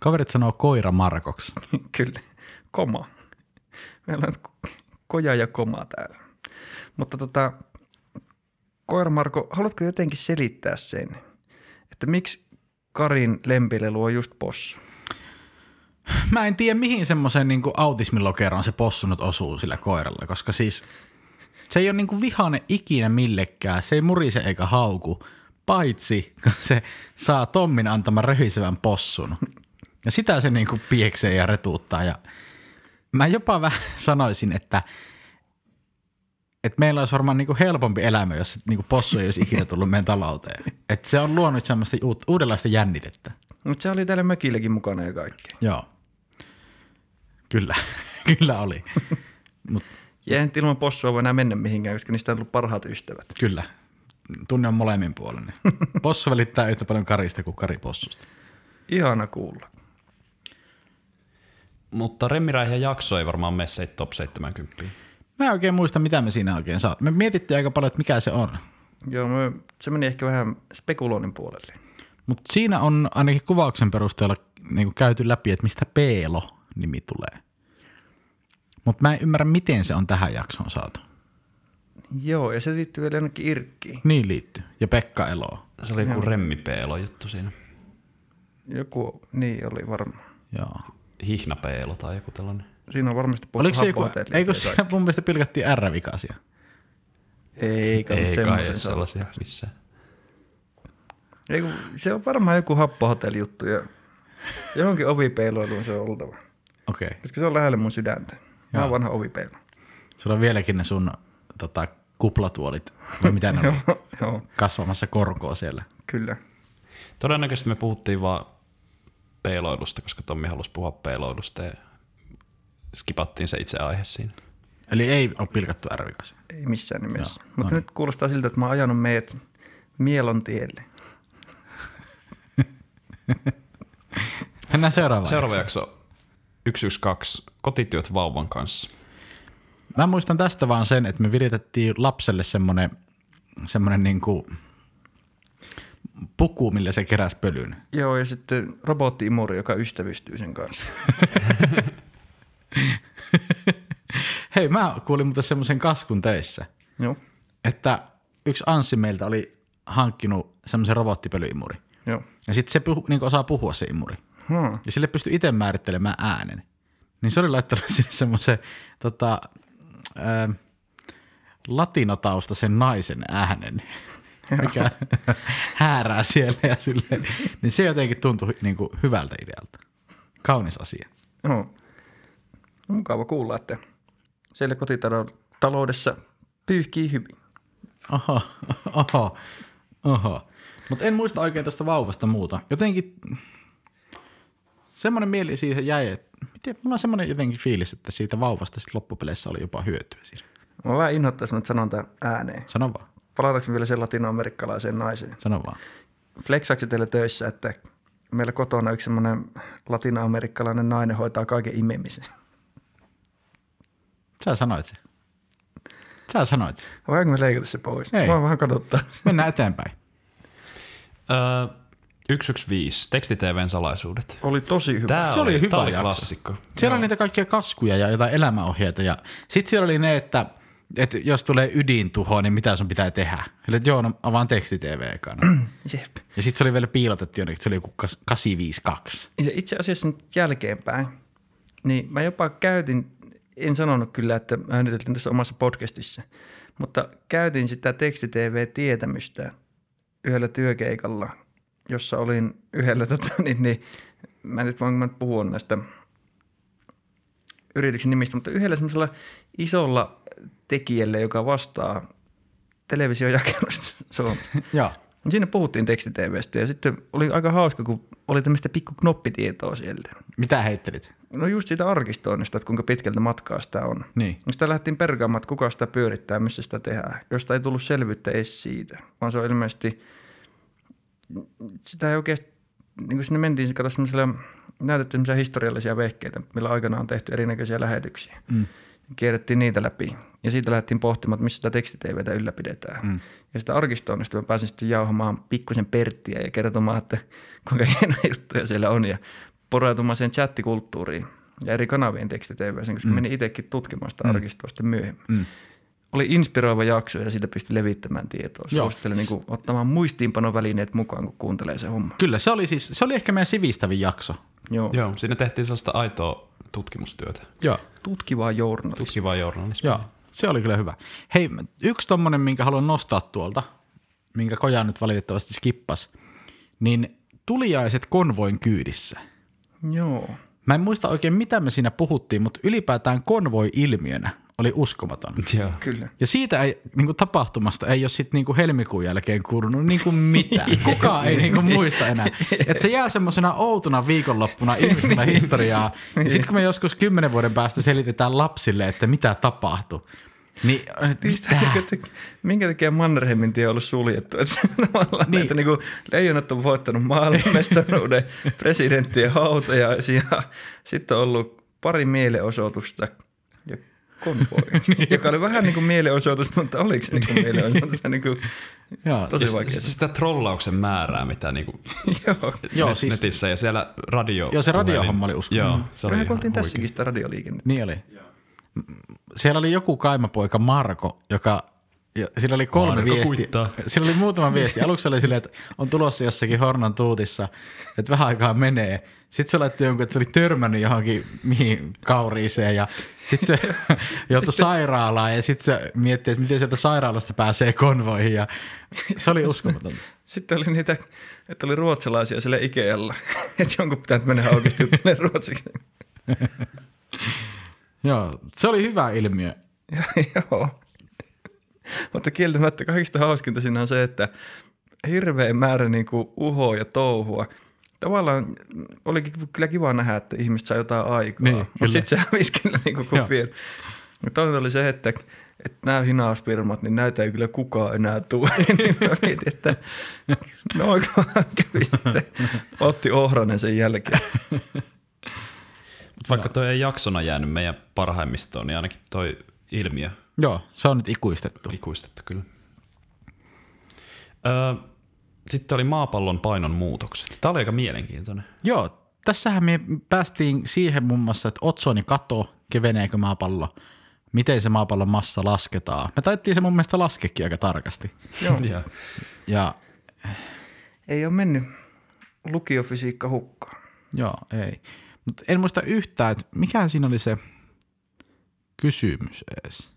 [SPEAKER 3] Kaverit sanoo koira Markoksi.
[SPEAKER 2] *laughs* Kyllä. Koma. Meillä on nyt ko- koja ja koma täällä. Mutta tota, koira Marko, haluatko jotenkin selittää sen, että miksi Karin lempilelu on just possu?
[SPEAKER 3] Mä en tiedä, mihin semmoiseen niin autismilokeroon se possu nyt osuu sillä koiralla, koska siis se ei ole niin vihane ikinä millekään. Se ei murise eikä hauku, paitsi kun se saa Tommin antaman röhisevän possun. Ja sitä se niin pieksee ja retuuttaa. Ja mä jopa vähän *laughs* sanoisin, että, että meillä olisi varmaan niin helpompi elämä, jos niin possu ei olisi ikinä tullut meidän talouteen. Että se on luonut semmoista uut- uudenlaista jännitettä.
[SPEAKER 2] Mutta se oli täällä mökilläkin mukana ja kaikkea.
[SPEAKER 3] Joo. Kyllä, *laughs* kyllä oli.
[SPEAKER 2] Ja ei nyt ilman possua voi enää mennä mihinkään, koska niistä on tullut parhaat ystävät.
[SPEAKER 3] Kyllä. Tunne on molemmin puolinen. Possu välittää yhtä paljon karista kuin kari possusta.
[SPEAKER 2] Ihana kuulla.
[SPEAKER 1] Mutta Remmiräihä jakso ei varmaan mene se top 70.
[SPEAKER 3] Mä en oikein muista, mitä me siinä oikein saa. Me mietittiin aika paljon, että mikä se on.
[SPEAKER 2] Joo, me, se meni ehkä vähän spekuloinnin puolelle.
[SPEAKER 3] Mutta siinä on ainakin kuvauksen perusteella niin käyty läpi, että mistä Peelo-nimi tulee. Mutta mä en ymmärrä, miten se on tähän jaksoon saatu.
[SPEAKER 2] Joo, ja se liittyy vielä jonnekin Irkkiin.
[SPEAKER 3] Niin liittyy. Ja Pekka Elo.
[SPEAKER 1] Se oli joku remmipeelo juttu siinä.
[SPEAKER 2] Joku, niin oli varmaan.
[SPEAKER 3] Joo.
[SPEAKER 1] Hihnapeelo tai joku tällainen.
[SPEAKER 2] Siinä on varmasti puhuttu
[SPEAKER 3] Oliko se joku,
[SPEAKER 2] hapohotellia
[SPEAKER 3] eikö
[SPEAKER 2] tai
[SPEAKER 3] siinä mun mielestä pilkattiin R-vikasia?
[SPEAKER 2] Ei kai
[SPEAKER 1] Ei kai
[SPEAKER 2] semmoisen
[SPEAKER 1] edes
[SPEAKER 2] saa.
[SPEAKER 1] sellaisia missään.
[SPEAKER 2] Ei, kun se on varmaan joku happohotellijuttu ja johonkin ovipeiloiluun se on oltava.
[SPEAKER 3] Okei. Okay.
[SPEAKER 2] Koska se on lähellä mun sydäntä. Mä
[SPEAKER 3] Joo.
[SPEAKER 2] oon vanha ovipeilu. *laughs*
[SPEAKER 3] Sulla on vieläkin ne sun tota, kuplatuolit, vai mitä *laughs* ne oli,
[SPEAKER 2] Joo, joo,
[SPEAKER 3] kasvamassa korkoa siellä.
[SPEAKER 2] kyllä.
[SPEAKER 1] Todennäköisesti me puhuttiin vaan peiloilusta, koska Tommi halusi puhua peiloilusta ja skipattiin se itse aihe siinä.
[SPEAKER 3] Eli ei ole pilkattu r
[SPEAKER 2] Ei missään nimessä.
[SPEAKER 3] Joo, no
[SPEAKER 2] Mutta nyt kuulostaa siltä, että mä oon ajanut meidät Mielon tielle.
[SPEAKER 3] Mennään seuraavaan.
[SPEAKER 1] Seuraava jakso 112, kotityöt vauvan kanssa.
[SPEAKER 3] Mä muistan tästä vaan sen, että me viritettiin lapselle semmonen, semmonen niinku puku, millä se keräsi pölyn.
[SPEAKER 2] Joo, ja sitten robottiimuri, joka ystävystyy sen kanssa.
[SPEAKER 3] Hei, mä kuulin muuten semmoisen kaskun töissä,
[SPEAKER 2] joo,
[SPEAKER 3] että yksi Anssi meiltä oli hankkinut semmoisen robottipölyimuri.
[SPEAKER 2] joo.
[SPEAKER 3] Ja sitten se puhu, niin osaa puhua se imuri.
[SPEAKER 2] Hmm.
[SPEAKER 3] Ja sille pystyi itse määrittelemään äänen. Niin se oli laittanut *laughs* sinne semmoisen tota, ää, latinotaustaisen naisen äänen, mikä *laughs* häärää siellä ja silleen. Niin se jotenkin tuntui niin kuin hyvältä idealta. Kaunis asia.
[SPEAKER 2] Joo. Mukava kuulla, että siellä kotitaloudessa pyyhkii hyvin.
[SPEAKER 3] Oho, *laughs* oho, oho. Mutta en muista oikein tästä vauvasta muuta. Jotenkin semmoinen mieli siitä jäi, että miten, mulla on semmoinen jotenkin fiilis, että siitä vauvasta sit loppupeleissä oli jopa hyötyä siinä.
[SPEAKER 2] Mä vähän innoittaisin, että sanon tämän ääneen.
[SPEAKER 3] Sano vaan,
[SPEAKER 2] Palataanko vielä sen latinoamerikkalaiseen naiseen?
[SPEAKER 3] sano vaan.
[SPEAKER 2] Flexaksi teillä töissä, että meillä kotona yksi semmoinen latinoamerikkalainen nainen hoitaa kaiken imemisen.
[SPEAKER 3] Sä sanoit se. Sä sanoit se.
[SPEAKER 2] Voinko me leikata se pois?
[SPEAKER 3] Ei.
[SPEAKER 2] Mä vähän kadottaa.
[SPEAKER 3] Mennään eteenpäin.
[SPEAKER 1] Öö, 115, tekstitVn salaisuudet.
[SPEAKER 2] Oli tosi hyvä.
[SPEAKER 1] Tää
[SPEAKER 3] Se oli hyvä
[SPEAKER 1] tää oli
[SPEAKER 3] jakso.
[SPEAKER 1] klassikko.
[SPEAKER 3] Siellä oli niitä kaikkia kaskuja ja jotain elämäohjeita. Ja sitten siellä oli ne, että, että jos tulee ydintuho, niin mitä sun pitää tehdä? Eli että joo, no avaan teksti TV ekana.
[SPEAKER 2] *clears throat* Jep.
[SPEAKER 3] Ja sitten se oli vielä piilotettu jonnekin, että se oli joku kas- 852.
[SPEAKER 2] Ja itse asiassa nyt jälkeenpäin, niin mä jopa käytin, en sanonut kyllä, että mä ääniteltiin tässä omassa podcastissa, mutta käytin sitä tekstitv-tietämystä yhdellä työkeikalla, jossa olin yhdellä, tota, niin, niin mä en nyt voin mä nyt puhua näistä yrityksen nimistä, mutta yhdellä semmoisella isolla tekijällä, joka vastaa televisiojakelusta Suomessa.
[SPEAKER 3] Joo.
[SPEAKER 2] No Siinä puhuttiin tekstiteevestä ja sitten oli aika hauska, kun oli tämmöistä pikku knoppitietoa sieltä.
[SPEAKER 3] Mitä heittelit?
[SPEAKER 2] No just siitä arkistoinnista, että kuinka pitkältä matkaa sitä on.
[SPEAKER 3] Niin.
[SPEAKER 2] Ja Sitä lähtiin perkaamaan, että kuka sitä pyörittää, missä sitä tehdään, josta ei tullut selvyyttä edes siitä, vaan se on ilmeisesti, sitä ei oikeasti, niin kuin sinne mentiin, se katsoi semmoisella, näytettiin semmoisia historiallisia vehkeitä, millä aikana on tehty erinäköisiä lähetyksiä. Mm. Kierrettiin niitä läpi ja siitä lähdettiin pohtimaan, että missä sitä tekstiteivetä ylläpidetään. Mm. Ja sitä arkistoinnista mä pääsin sitten jauhamaan pikkusen Perttiä ja kertomaan, että kuinka *laughs* hienoja juttuja siellä on ja porautumaan sen chattikulttuuriin ja eri kanavien tekstiteiveen, koska mm. menin itsekin tutkimaan sitä arkistoa sitten myöhemmin. Mm. oli inspiroiva jakso ja siitä pystyi levittämään tietoa.
[SPEAKER 3] Joo.
[SPEAKER 2] Suosittelen niin kuin, ottamaan muistiinpanovälineet mukaan, kun kuuntelee se homma.
[SPEAKER 3] Kyllä, se oli siis, se oli ehkä meidän sivistävin jakso.
[SPEAKER 2] Joo.
[SPEAKER 1] Joo, siinä tehtiin sellaista aitoa tutkimustyötä,
[SPEAKER 3] Joo.
[SPEAKER 2] Tutkivaa journalismia.
[SPEAKER 1] tutkivaa journalismia.
[SPEAKER 3] Joo, se oli kyllä hyvä. Hei, yksi tommonen, minkä haluan nostaa tuolta, minkä koja nyt valitettavasti skippas, niin tuliaiset konvoin kyydissä.
[SPEAKER 2] Joo.
[SPEAKER 3] Mä en muista oikein, mitä me siinä puhuttiin, mutta ylipäätään konvoi-ilmiönä oli uskomaton.
[SPEAKER 1] Joo.
[SPEAKER 2] Kyllä.
[SPEAKER 3] Ja siitä ei, niin kuin tapahtumasta ei ole sitten niin kuin helmikuun jälkeen kuulunut niin kuin mitään. Kukaan ei niin kuin muista enää. Et se jää semmoisena outona viikonloppuna ihmisillä historiaa. Ja sitten kun me joskus kymmenen vuoden päästä selitetään lapsille, että mitä tapahtui, niin äh, mitä?
[SPEAKER 2] Minkä takia- Minkä takia Mannerheimin tie on ollut suljettu? Että se on tavallaan, niin. että niin kuin leijonat on voittanut *laughs* maailmanmestaruuden, presidenttien hautajaisia. Sitten on ollut pari mielenosoitusta ja konvoi, joka oli vähän *laughs* niin kuin mielenosoitus, mutta oliko se niin kuin mielenosoitus? Se on Niin kuin,
[SPEAKER 3] Joo,
[SPEAKER 2] tosi
[SPEAKER 1] Ja
[SPEAKER 2] vaikea.
[SPEAKER 1] sit sitä trollauksen määrää, mitä niinku
[SPEAKER 2] *laughs* Joo.
[SPEAKER 3] Joo,
[SPEAKER 1] net-
[SPEAKER 3] siis-
[SPEAKER 1] netissä ja siellä radio.
[SPEAKER 3] Joo, se radiohomma oli uskomaton.
[SPEAKER 1] Joo, se oli
[SPEAKER 2] Mehän
[SPEAKER 1] ihan
[SPEAKER 2] kuultiin
[SPEAKER 1] huikea.
[SPEAKER 2] tässäkin sitä radioliikennettä.
[SPEAKER 3] Niin oli. Siellä oli joku kaimapoika Marko, joka ja sillä oli kolme
[SPEAKER 1] Marko
[SPEAKER 3] viestiä.
[SPEAKER 1] kuittaa.
[SPEAKER 3] Sillä oli muutama viesti. Aluksi oli silleen, että on tulossa jossakin Hornan tuutissa, että vähän aikaa menee. Sitten se laittoi jonkun, että se oli törmännyt johonkin mihin kauriiseen ja sitten
[SPEAKER 1] *laughs*
[SPEAKER 3] se joutui sairaalaan ja sitten se mietti, että miten sieltä sairaalasta pääsee konvoihin ja se oli
[SPEAKER 1] *laughs*
[SPEAKER 3] uskomaton.
[SPEAKER 2] Sitten oli niitä, että oli ruotsalaisia siellä Ikealla. *laughs* Että jonkun pitää nyt mennä oikeasti juttelemaan ruotsiksi.
[SPEAKER 3] Joo, se oli hyvä ilmiö.
[SPEAKER 2] *laughs* Joo. Mutta kieltämättä kaikista hauskinta siinä on se, että hirveä määrä niin kuin uhoa ja touhua. Tavallaan oli kyllä kiva nähdä, että ihmiset saa jotain aikaa,
[SPEAKER 3] Niin,
[SPEAKER 2] niin, mutta
[SPEAKER 3] kyllä.
[SPEAKER 2] sitten se *laughs* hävisi kyllä niin kuin
[SPEAKER 3] Joo.
[SPEAKER 2] kuvien. Ja Toinen oli se, että, että nämä hinausfirmat, niin näitä ei kyllä kukaan enää tule. *laughs* niin mä mietin, että no kohan kävi sitten. Otti Ohranen sen
[SPEAKER 3] *laughs*
[SPEAKER 2] jälkeen.
[SPEAKER 1] Mut Vaikka toi ei jaksona jäänyt meidän parhaimmistoon, niin ainakin toi ilmiö
[SPEAKER 3] Joo, se on nyt ikuistettu.
[SPEAKER 1] ikuistettu kyllä. Öö, sitten oli maapallon painon muutokset. Tämä oli aika mielenkiintoinen.
[SPEAKER 3] Joo, tässähän me päästiin siihen muun muassa, että otsoni kato, keveneekö maapallo, miten se maapallon massa lasketaan. Me taittiin se mun mielestä laskekin aika tarkasti.
[SPEAKER 2] Joo.
[SPEAKER 1] Ja
[SPEAKER 3] Ja
[SPEAKER 2] Ei ole mennyt lukiofysiikka hukkaan.
[SPEAKER 3] joo, ei. Mutta en muista yhtään, että mikä siinä oli se kysymys edes.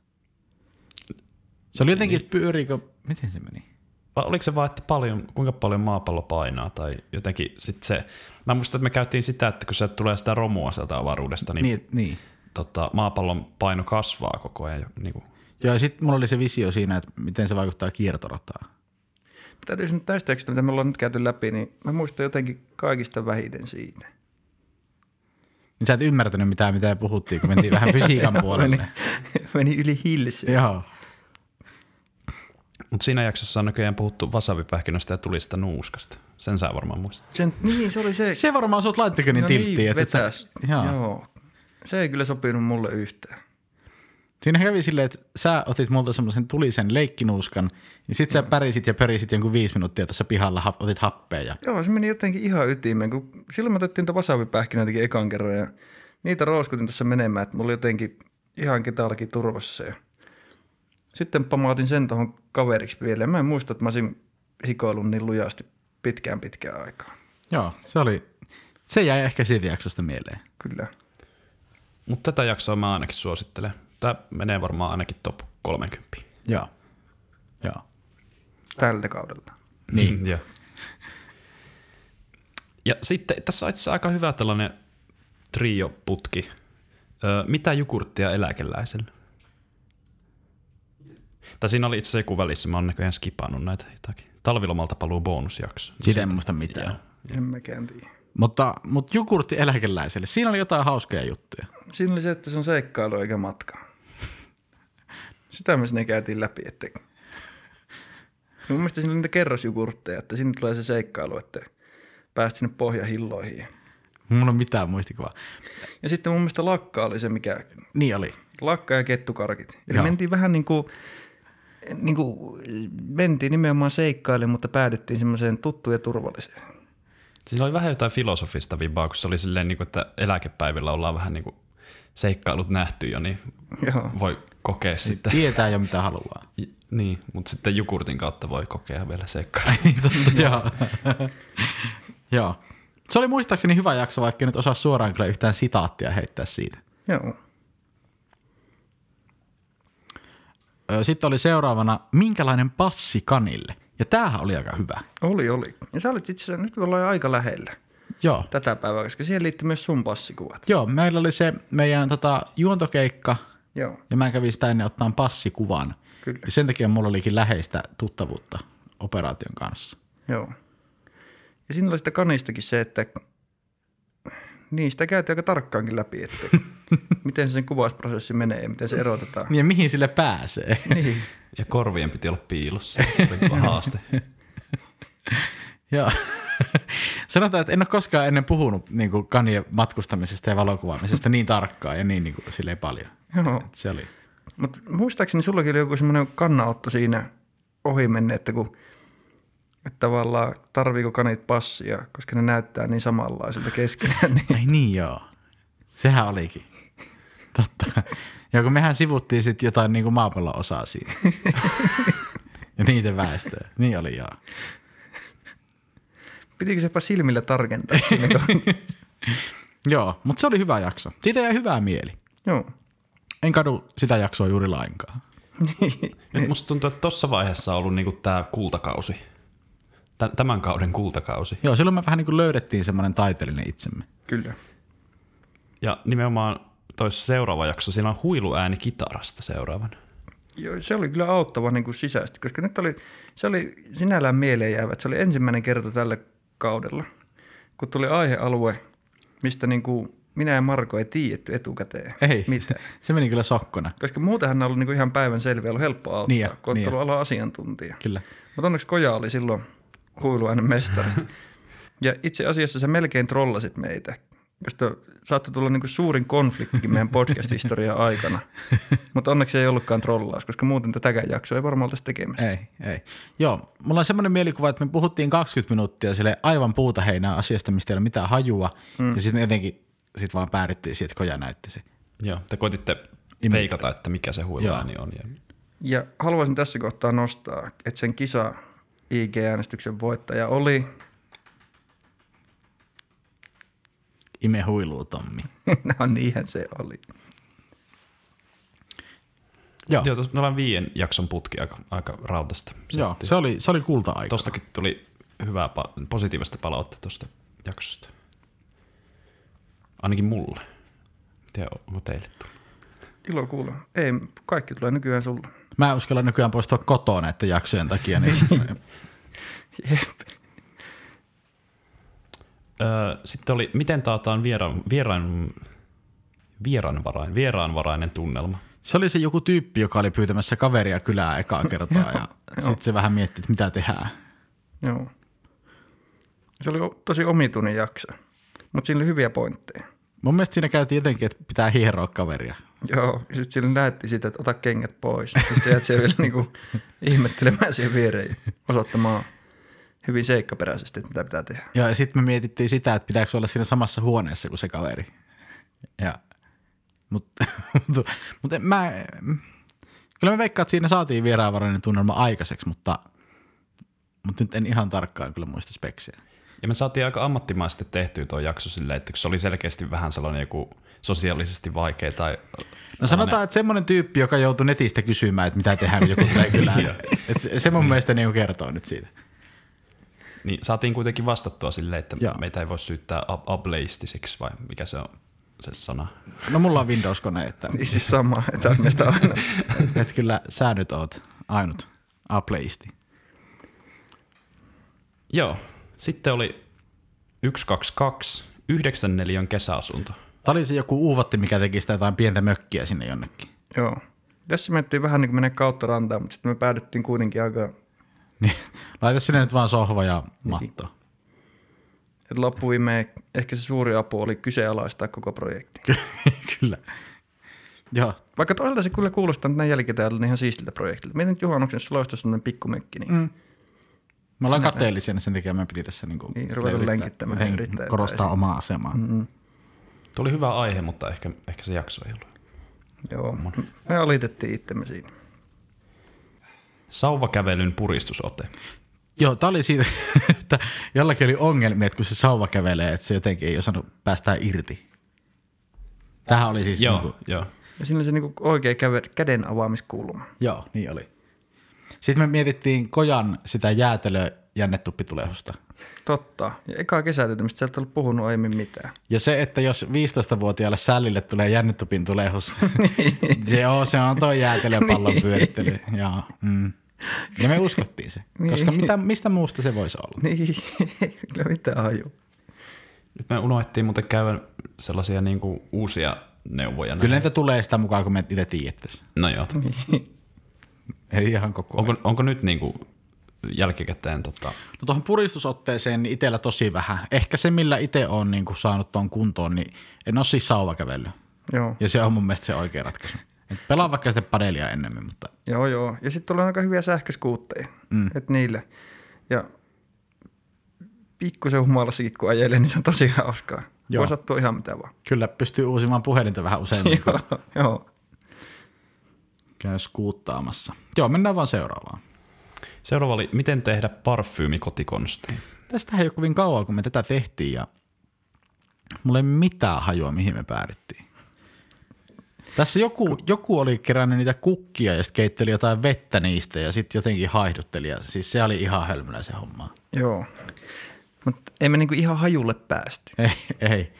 [SPEAKER 3] Se oli jotenkin, että pyöriikö, miten se meni?
[SPEAKER 1] vai oliko se vaan, että paljon, kuinka paljon maapallo painaa tai jotenkin sit se... Mä muistan, että me käytiin sitä, että kun se tulee sitä romua sieltä avaruudesta, niin, niin.
[SPEAKER 3] Niin, niin.
[SPEAKER 1] Tota, maapallon paino kasvaa koko ajan. jo- Niin kuin,
[SPEAKER 3] Joo, ja sitten mulla oli se visio siinä, että miten se vaikuttaa kiertorataan.
[SPEAKER 2] Täytyy sanoa tästä tekstistä, mitä me ollaan nyt käyty läpi, niin mä muistan jotenkin kaikista vähiten siitä.
[SPEAKER 3] Niin sä et ymmärtänyt mitään, mitä puhuttiin, kun mentiin vähän fysiikan
[SPEAKER 2] Niin.
[SPEAKER 3] puolelle.
[SPEAKER 2] Meni, *laughs* meni yli hilseen.
[SPEAKER 3] Joo.
[SPEAKER 1] Mutta siinä jaksossa on näköjään puhuttu vasavipähkinöstä ja tulista nuuskasta. Sen sä varmaan muistat.
[SPEAKER 2] Sen, niin, se oli se.
[SPEAKER 3] Se varmaan sut laittikin niin tilttiin. että et sä-
[SPEAKER 2] vetäs.
[SPEAKER 3] Joo.
[SPEAKER 2] Joo. Se ei kyllä sopinut mulle yhtään.
[SPEAKER 3] Siinä kävi silleen, että sä otit multa semmoisen tulisen leikkinuuskan, niin sit sä pärisit ja pörisit jonkun viisi minuuttia tässä pihalla, hap, otit happea ja...
[SPEAKER 2] Joo, se meni jotenkin ihan ytimeen, kun silloin mä otettiin niitä vasavipähkinöitäkin ekan kerran ja niitä rouskutin tässä menemään, että mulla oli jotenkin ihan ketallakin turvassa se. Sitten pamautin sen tuohon kaveriksi vielä ja mä en muista, että mä olisin hikoillut niin lujasti pitkään pitkään aikaa.
[SPEAKER 3] Joo, se oli... Se jäi ehkä siitä jaksosta mieleen.
[SPEAKER 2] Kyllä.
[SPEAKER 1] Mutta tätä jaksoa mä ainakin suosittelen. Tämä menee varmaan ainakin top 30.
[SPEAKER 3] Joo. Joo.
[SPEAKER 2] Tältä kaudelta.
[SPEAKER 1] Niin. Joo. Ja sitten tässä on itse asiassa aika hyvä tällainen trio-putki. Ö, mitä jukurttia eläkeläiselle? Tai siinä oli itse asiassa joku välissä, mä oon näköjään skipannut näitä jotakin. Talvilomalta paluu bonusjakso.
[SPEAKER 3] Siitä en muista mitään.
[SPEAKER 2] En mäkään tiedä.
[SPEAKER 3] Mutta, mutta jukurtti eläkeläiselle, siinä oli jotain hauskoja juttuja.
[SPEAKER 2] Siinä oli se, että se on seikkailu eikä matka. *laughs* Sitä me sinne käytiin läpi, että... Mun mielestä siinä oli niitä kerrosjogurtteja, että sinne tulee se seikkailu, että pääst sinne pohjahilloihin.
[SPEAKER 3] Mulla on mitään muistikuvaa.
[SPEAKER 2] Ja sitten mun mielestä lakka oli se, mikä...
[SPEAKER 3] Niin oli.
[SPEAKER 2] Lakka ja kettukarkit. Eli
[SPEAKER 3] Joo.
[SPEAKER 2] Joo. mentiin vähän niin kuin, niin kuin, mentiin nimenomaan seikkailemaan, mutta päädyttiin semmoiseen tuttuun ja turvalliseen.
[SPEAKER 1] Siinä oli vähän jotain filosofista vibaa, kun se oli silleen, niin kuin, että niinku, eläkepäivillä ollaan vähän niin kuin seikkailut nähty jo, niin
[SPEAKER 2] Joo.
[SPEAKER 1] voi
[SPEAKER 3] *laughs*
[SPEAKER 1] kokea sitten.
[SPEAKER 3] Tietää jo mitä haluaa.
[SPEAKER 1] J- Niin, mutta sitten jukurtin kautta voi kokea vielä seikkailuja.
[SPEAKER 3] Niin totta, joo. *laughs* joo. Se oli muistaakseni hyvä jakso, vaikka en nyt osaa suoraan kyllä yhtään sitaattia heittää siitä.
[SPEAKER 2] Joo.
[SPEAKER 3] Ö, Sitten oli seuraavana, minkälainen passi kanille? Ja tämähän oli aika hyvä.
[SPEAKER 2] Oli, oli. Ja sä olit itse asiassa, nyt me ollaan jo aika lähellä
[SPEAKER 3] Joo.
[SPEAKER 2] tätä päivää, koska siihen liittyy myös sun passikuvat.
[SPEAKER 3] Joo, meillä oli se meidän tota, juontokeikka,
[SPEAKER 2] Joo,
[SPEAKER 3] ja mä kävin sitä ennen ottaan passikuvan.
[SPEAKER 2] Kyllä.
[SPEAKER 3] Ja sen takia mulla olikin läheistä tuttavuutta operaation kanssa.
[SPEAKER 2] joo. Ja siinä oli sitä kanistakin se, että niistä käytiin aika tarkkaankin läpi, *laughs* että miten sen kuvausprosessi menee ja miten se erotetaan.
[SPEAKER 3] Niin ja mihin sille pääsee?
[SPEAKER 2] Niin.
[SPEAKER 1] Ja korvien piti olla piilossa, se oli kova haaste.
[SPEAKER 3] Joo. *laughs* Sanotaan, että en ole koskaan ennen puhunut niin kuin kanien matkustamisesta ja valokuvaamisesta niin tarkkaan ja niin, niin kuin, silleen paljon.
[SPEAKER 2] Joo.
[SPEAKER 3] Et se oli.
[SPEAKER 2] Mutta muistaakseni sullakin oli joku semmoinen kannanotto siinä ohi menne, että kun että tavallaan tarviiko kanit passia, koska ne näyttää niin samanlaiselta keskenään. Niin.
[SPEAKER 3] Ai niin joo. Sehän olikin. Totta. Ja kun mehän sivuttiin sitten jotain niin kuin maapallon osaa siinä. *laughs* ja niiden väestöä. Niin oli joo.
[SPEAKER 2] Pitikö sepä silmillä tarkentaa siinä? *laughs* kun-
[SPEAKER 3] Joo, mutta se oli hyvä jakso. Siitä jäi hyvää mieli.
[SPEAKER 2] Joo.
[SPEAKER 3] En kadu sitä jaksoa juuri lainkaan.
[SPEAKER 1] Nyt musta tuntuu, että tuossa vaiheessa on ollut niinku tämä kultakausi. Tä- Tämän kauden kultakausi.
[SPEAKER 3] Joo, silloin me vähän niin kuin löydettiin semmoinen taiteellinen itsemme.
[SPEAKER 2] Kyllä.
[SPEAKER 1] Ja nimenomaan toi seuraava jakso, siinä on huiluääni kitarasta seuraavan.
[SPEAKER 2] Joo, se oli kyllä auttava niin kuin sisäisesti, koska nyt oli, se oli sinällään mieleen jäävä, että se oli ensimmäinen kerta tällä kaudella, kun tuli aihealue, mistä niin kuin minä ja Marko ei tiedetty etukäteen
[SPEAKER 3] Ei,
[SPEAKER 2] mitään.
[SPEAKER 3] se meni kyllä sokkona.
[SPEAKER 2] Koska muutenhan nämä on ollut niin kuin ihan päivän selviä, ollut helppo auttaa,
[SPEAKER 3] Niin ja,
[SPEAKER 2] kun
[SPEAKER 3] niin
[SPEAKER 2] olet
[SPEAKER 3] ja.
[SPEAKER 2] ollut alan asiantuntija.
[SPEAKER 3] Kyllä.
[SPEAKER 2] Mutta onneksi Koja oli silloin huiluainen mestari. ja itse asiassa sä melkein trollasit meitä, josta saattoi tulla niinku suurin konfliktikin meidän podcast-historian aikana. Mutta onneksi ei ollutkaan trollaus, koska muuten tätäkään jaksoa ei varmaan oltaisi tekemässä.
[SPEAKER 3] Ei, ei. Joo, mulla on semmoinen mielikuva, että me puhuttiin 20 minuuttia sille aivan puuta heinää asiasta, mistä ei ole mitään hajua. Mm. Ja sitten jotenkin sit vaan päädyttiin siitä, että koja näytti se.
[SPEAKER 1] Joo, te koititte
[SPEAKER 3] Imitoida.
[SPEAKER 1] veikata, että mikä se huiluääni on. Ja
[SPEAKER 2] Ja haluaisin tässä kohtaa nostaa, että sen kisa IG-äänestyksen voittaja oli... *laughs*
[SPEAKER 3] Ime huiluu, Tommi.
[SPEAKER 2] no niinhän se oli.
[SPEAKER 3] Joo,
[SPEAKER 1] Joo, tuossa me ollaan viien jakson putki aika, aika rautasta. Se,
[SPEAKER 3] Joo se, oli, se oli kulta-aika.
[SPEAKER 1] Tostakin tuli hyvää, pa- positiivista palautetta tuosta jaksosta. Ainakin mulle. En Tiedä, onko teille tullut.
[SPEAKER 2] Ilo kuulla. Ei, kaikki tulee nykyään sulla.
[SPEAKER 3] Mä en uskalla nykyään poistua kotoa näiden jaksojen takia. *laughs* Niin
[SPEAKER 1] Öö, sitten oli, miten taataan vieraan, vieraan, vieraanvarainen, vieraanvarainen tunnelma.
[SPEAKER 3] se oli se joku tyyppi, joka oli pyytämässä kaveria kylää ekaa kertaa *laughs* ja sitten se vähän mietti, että mitä tehdään.
[SPEAKER 2] Joo. Se oli o- tosi omituinen jakso, mutta siinä oli hyviä pointteja.
[SPEAKER 3] Mun mielestä siinä käytiin jotenkin, että pitää hieroa kaveria.
[SPEAKER 2] Joo, ja sitten sille näytti sitä, että ota kengät pois. Ja Sitten jäät siellä vielä niinku ihmettelemään siihen viereen ja osoittamaan hyvin seikkaperäisesti, että mitä pitää tehdä.
[SPEAKER 3] Joo, ja sitten me mietittiin sitä, että pitääkö olla siinä samassa huoneessa kuin se kaveri. Ja, mutta mut, *laughs* mut en mä, kyllä mä veikkaan, että siinä saatiin vieraanvarainen tunnelma aikaiseksi, mutta, mutta nyt en ihan tarkkaan kyllä muista speksiä.
[SPEAKER 1] Ja me saatiin aika ammattimaisesti tehtyä tuo jakso silleen, että kun se oli selkeästi vähän sellainen joku sosiaalisesti vaikea tai...
[SPEAKER 3] No sanotaan, että semmoinen tyyppi, joka joutui netistä kysymään, että mitä tehdään, kun joku tulee
[SPEAKER 1] Joo.
[SPEAKER 3] kylään. Et se, se mun mielestä niin kertoo nyt siitä.
[SPEAKER 1] Niin saatiin kuitenkin vastattua silleen, että
[SPEAKER 3] Joo.
[SPEAKER 1] Joo. meitä ei voi syyttää ab- ableistisiksi vai mikä se on se sana.
[SPEAKER 3] No mulla on Windows-kone, että
[SPEAKER 2] Niin siis sama, että sä oot meistä aina.
[SPEAKER 3] et kyllä sä nyt oot ainut Appleisti.
[SPEAKER 1] Joo, sitten oli 122, 94 kesäasunto.
[SPEAKER 3] Tämä oli se joku uuvatti, mikä teki sitä jotain pientä mökkiä sinne jonnekin.
[SPEAKER 2] Joo. Tässä miettii vähän niin kuin mennä kautta rantaan, mutta sitten me päädyttiin kuitenkin aika,
[SPEAKER 3] *laughs* Niin, laita sinne nyt vaan sohva ja matto.
[SPEAKER 2] Niin. että loppuviimein ehkä se suuri apu oli kyseenalaistaa koko projekti.
[SPEAKER 3] *laughs* kyllä. Joo,
[SPEAKER 2] Vaikka toisaalta se kyllä kuulostaa nyt näin jälkikäteen ihan siistiltä projektilta. Mietin, että Juhannuksen sulla olisi semmoinen pikkumökki, niin mm.
[SPEAKER 3] me ollaan kateellisia, sen takia me piti tässä niinku
[SPEAKER 2] Niin, ruveta
[SPEAKER 3] yrittää-
[SPEAKER 2] lenkittämään ja
[SPEAKER 3] hen-
[SPEAKER 2] yrittää jotain
[SPEAKER 3] korostaa
[SPEAKER 2] esiin.
[SPEAKER 3] omaa asemaa. Mm-hmm.
[SPEAKER 1] Tuo oli hyvä aihe, mutta ehkä, ehkä se jakso ei ollut.
[SPEAKER 2] Joo, me alitettiin itsemme siinä.
[SPEAKER 1] Sauvakävelyn puristusote.
[SPEAKER 3] Siis Joo, tämä oli siitä, *laughs* että jollakin oli ongelmia, että kun se sauva kävelee, että se jotenkin ei osannut päästää irti. Tähän oli siis
[SPEAKER 1] Joo,
[SPEAKER 3] Niin kuin,
[SPEAKER 1] joo.
[SPEAKER 2] Ja siinä oli se niinku oikea käve- käden avaamiskulma.
[SPEAKER 3] joo, niin oli. Sitten me mietittiin kojan sitä jäätelö jännettuppitulehusta.
[SPEAKER 2] Totta. Ja eka kesätytömistä sieltä ollut puhunut aiemmin mitään. *laughs*
[SPEAKER 3] Ja se, että jos 15-vuotiaalle sällille tulee jännitupin
[SPEAKER 2] *laughs*
[SPEAKER 3] tulehus, se, joo, se on toi jäätelöpallon
[SPEAKER 2] Niin.
[SPEAKER 3] pyörittely. Joo, mm. Ja me uskottiin se, koska mitä, mistä muusta se voisi olla?
[SPEAKER 2] Niin, kyllä mitään haju.
[SPEAKER 1] Nyt me unohdettiin muuten käydä sellaisia niin kuin, uusia neuvoja. näin.
[SPEAKER 3] Kyllä Niin. niitä tulee sitä mukaan, kun me itse tiedettäisiin.
[SPEAKER 1] No joo.
[SPEAKER 3] Eli ihan koko ajan.
[SPEAKER 1] Onko, onko nyt niin kuin, jälkikäteen tota,
[SPEAKER 3] No tuohon puristusotteeseen niin itsellä tosi vähän. Ehkä se, millä itse olen niin kuin saanut tuon kuntoon, niin en ole siis sauvakävellyt.
[SPEAKER 2] Joo.
[SPEAKER 3] Ja se on mun mielestä se oikea ratkaisu. Et pelaa vaikka sitten padelia ennemmin, mutta
[SPEAKER 2] Joo, joo. Ja sitten oli aika hyviä sähköskuutteja. Mm. Et niillä. Ja pikkusen humalassakin kun ajelee, niin se on tosi hauskaa. Joo.
[SPEAKER 3] Joo.
[SPEAKER 2] Voi sattua ihan mitä vaan.
[SPEAKER 3] kyllä pystyy uusimaan puhelinta vähän useammin, kun
[SPEAKER 2] joo, joo.
[SPEAKER 3] käy skuuttaamassa. Joo, mennään vaan seuraavaan.
[SPEAKER 1] Seuraava oli, miten tehdä parfyymi kotikonsti.
[SPEAKER 3] Tästähän ei ole kovin kauan, kun me tätä tehtiin ja mulla ei mitään hajua, mihin me päädyttiin. Tässä joku, joku oli kerännyt niitä kukkia ja sitten keitteli jotain vettä niistä ja sitten jotenkin haihdutteli. Ja siis se oli ihan hölmölä se homma.
[SPEAKER 2] joo. Mutta ei me niinku ihan hajulle päästy.
[SPEAKER 3] Ei, ei.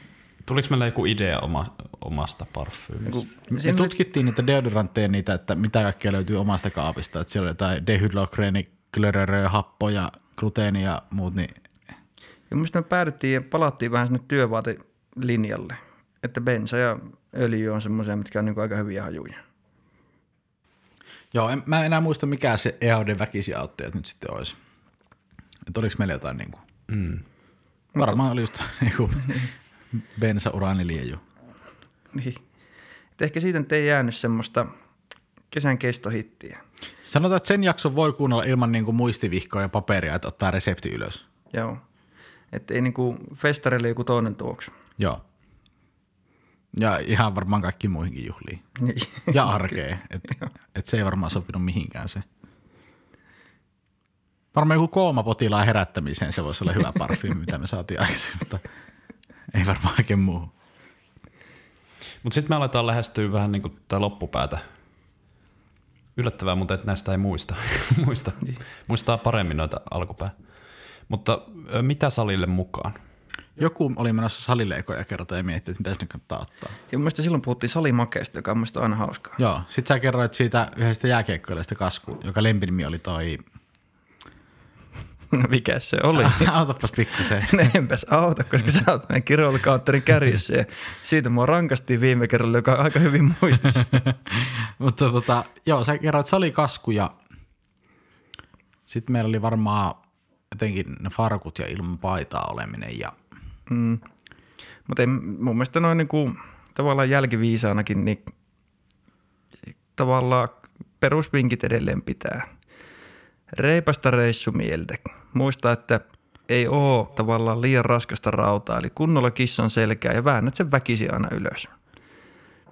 [SPEAKER 1] Tuliko meillä joku idea oma, omasta parfyymistä?
[SPEAKER 2] Kun
[SPEAKER 3] Me
[SPEAKER 2] Niinku siinä oli-
[SPEAKER 3] tutkittiin niitä deodorantteja, niitä, että mitä kaikkea löytyy omasta kaapista. Että siellä oli jotain dehydrokreeni, klörörö, happoja, gluteeni ja muut. Niin
[SPEAKER 2] Ja mun mielestä me päädyttiin ja palattiin vähän sinne työvaatelinjalle. Että bensa ja öljy on semmoisia, mitkä on niinku aika hyviä hajuja.
[SPEAKER 3] Joo, en, mä en enää muista mikä se EOD väkisiä auttajat nyt sitten olisi. Että oliko meillä jotain niinku... Mm. Varmaan oli just *laughs* joku bensa uraanilieju.
[SPEAKER 2] Niin. Et ehkä siitä nyt ei jäänyt semmoista kesän kestohittiä.
[SPEAKER 3] Sanotaan, että sen jakson voi kuunnella ilman niinku muistivihkoa ja paperia, että ottaa resepti ylös.
[SPEAKER 2] Joo. Että ei niinku festarille joku toinen tuoksu.
[SPEAKER 3] Joo. Ja ihan varmaan kaikki muihinkin juhliin.
[SPEAKER 2] Niin.
[SPEAKER 3] Ja arkeen. Että et se ei varmaan sopinut mihinkään se. Varmaan joku koomapotilaan herättämiseen se voisi olla hyvä parfyymi, mitä me saatiin aikaisemmin, mutta ei varmaan oikein muuhun.
[SPEAKER 1] Mutta sitten me aletaan lähestyä vähän niin kuin tätä loppupäätä. Yllättävää, mutta et näistä ei muista. *laughs* muista. Muistaa paremmin noita alkupää. Mutta ö, mitä salille mukaan?
[SPEAKER 3] Joku oli menossa salille ekoja kertaa ja mietti, että mitä se nyt kannattaa ottaa.
[SPEAKER 2] Ja mun mielestä silloin puhuttiin salimakeista, joka on mun mielestä aina hauskaa. *laughs*
[SPEAKER 3] Joo, sit sä kerroit siitä yhdestä jääkiekkoilijasta kasku, joka lempinimi oli toi... *laughs*
[SPEAKER 2] No mikä se oli?
[SPEAKER 3] Ah.
[SPEAKER 2] *laughs* No
[SPEAKER 3] Autapas pikkusen.
[SPEAKER 2] Enpäs auta, koska sä oot meidän kirjoilukautterin kärjessä ja siitä mua rankasti viime kerralla, joka on aika hyvin muistissa.
[SPEAKER 3] Mutta tota, joo, sä kerroit salikasku ja sitten meillä oli varmaan jotenkin ne farkut ja ilman paitaa oleminen ja
[SPEAKER 2] Mutta mun mielestä noin niinku, tavallaan jälkiviisaanakin, niin tavallaan perusvinkit edelleen pitää. Reipasta reissumieltä. Muista, että ei oo tavallaan liian raskasta rautaa, eli kunnolla kissan selkää ja väännät sen väkisi aina ylös.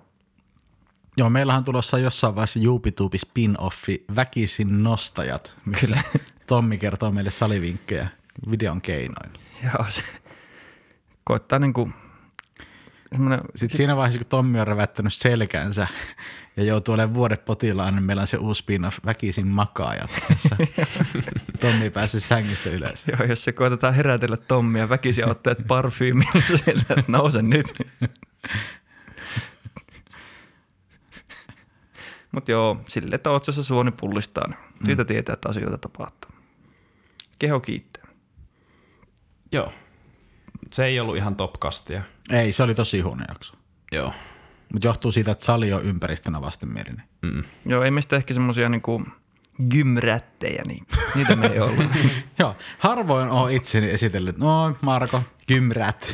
[SPEAKER 2] *laughs*
[SPEAKER 3] Joo, meillähän on tulossa jossain vaiheessa Juupituubi spin-offi Väkisin nostajat, missä Kyllä. *laughs* Tommi kertoo meille salivinkkejä videon keinoin.
[SPEAKER 2] Ja se koittaa niinku semmoinen,
[SPEAKER 3] Sitten siinä vaiheessa, kun Tommi on revättänyt selkänsä ja joutuu olemaan vuodet potilaan, niin meillä on se uusi spin-off Väkisin makaajat, *laughs* jossa Tommi pääsee sängystä ylös.
[SPEAKER 2] *laughs* joo, jos se koitetaan herätellä Tommia väkisin otteet parfyymiin, sillä, niin että nouse nyt. *laughs* Mutta joo, sille, että otsassa suoni pullistaa, niin siitä mm. tietää, että asioita tapahtuu. Keho kiittää.
[SPEAKER 1] Joo. Se ei ollut ihan topkastia.
[SPEAKER 3] Ei, se oli tosi huono jakso.
[SPEAKER 1] Joo.
[SPEAKER 3] Mutta johtuu siitä, että sali on ympäristönä vastenmielinen.
[SPEAKER 2] Joo, ei meistä ehkä semmoisia niinku gymrättejä, niin niitä me
[SPEAKER 3] *laughs*
[SPEAKER 2] ei olla.
[SPEAKER 3] Joo, harvoin on itseni esitellyt, no Marko, kymrät.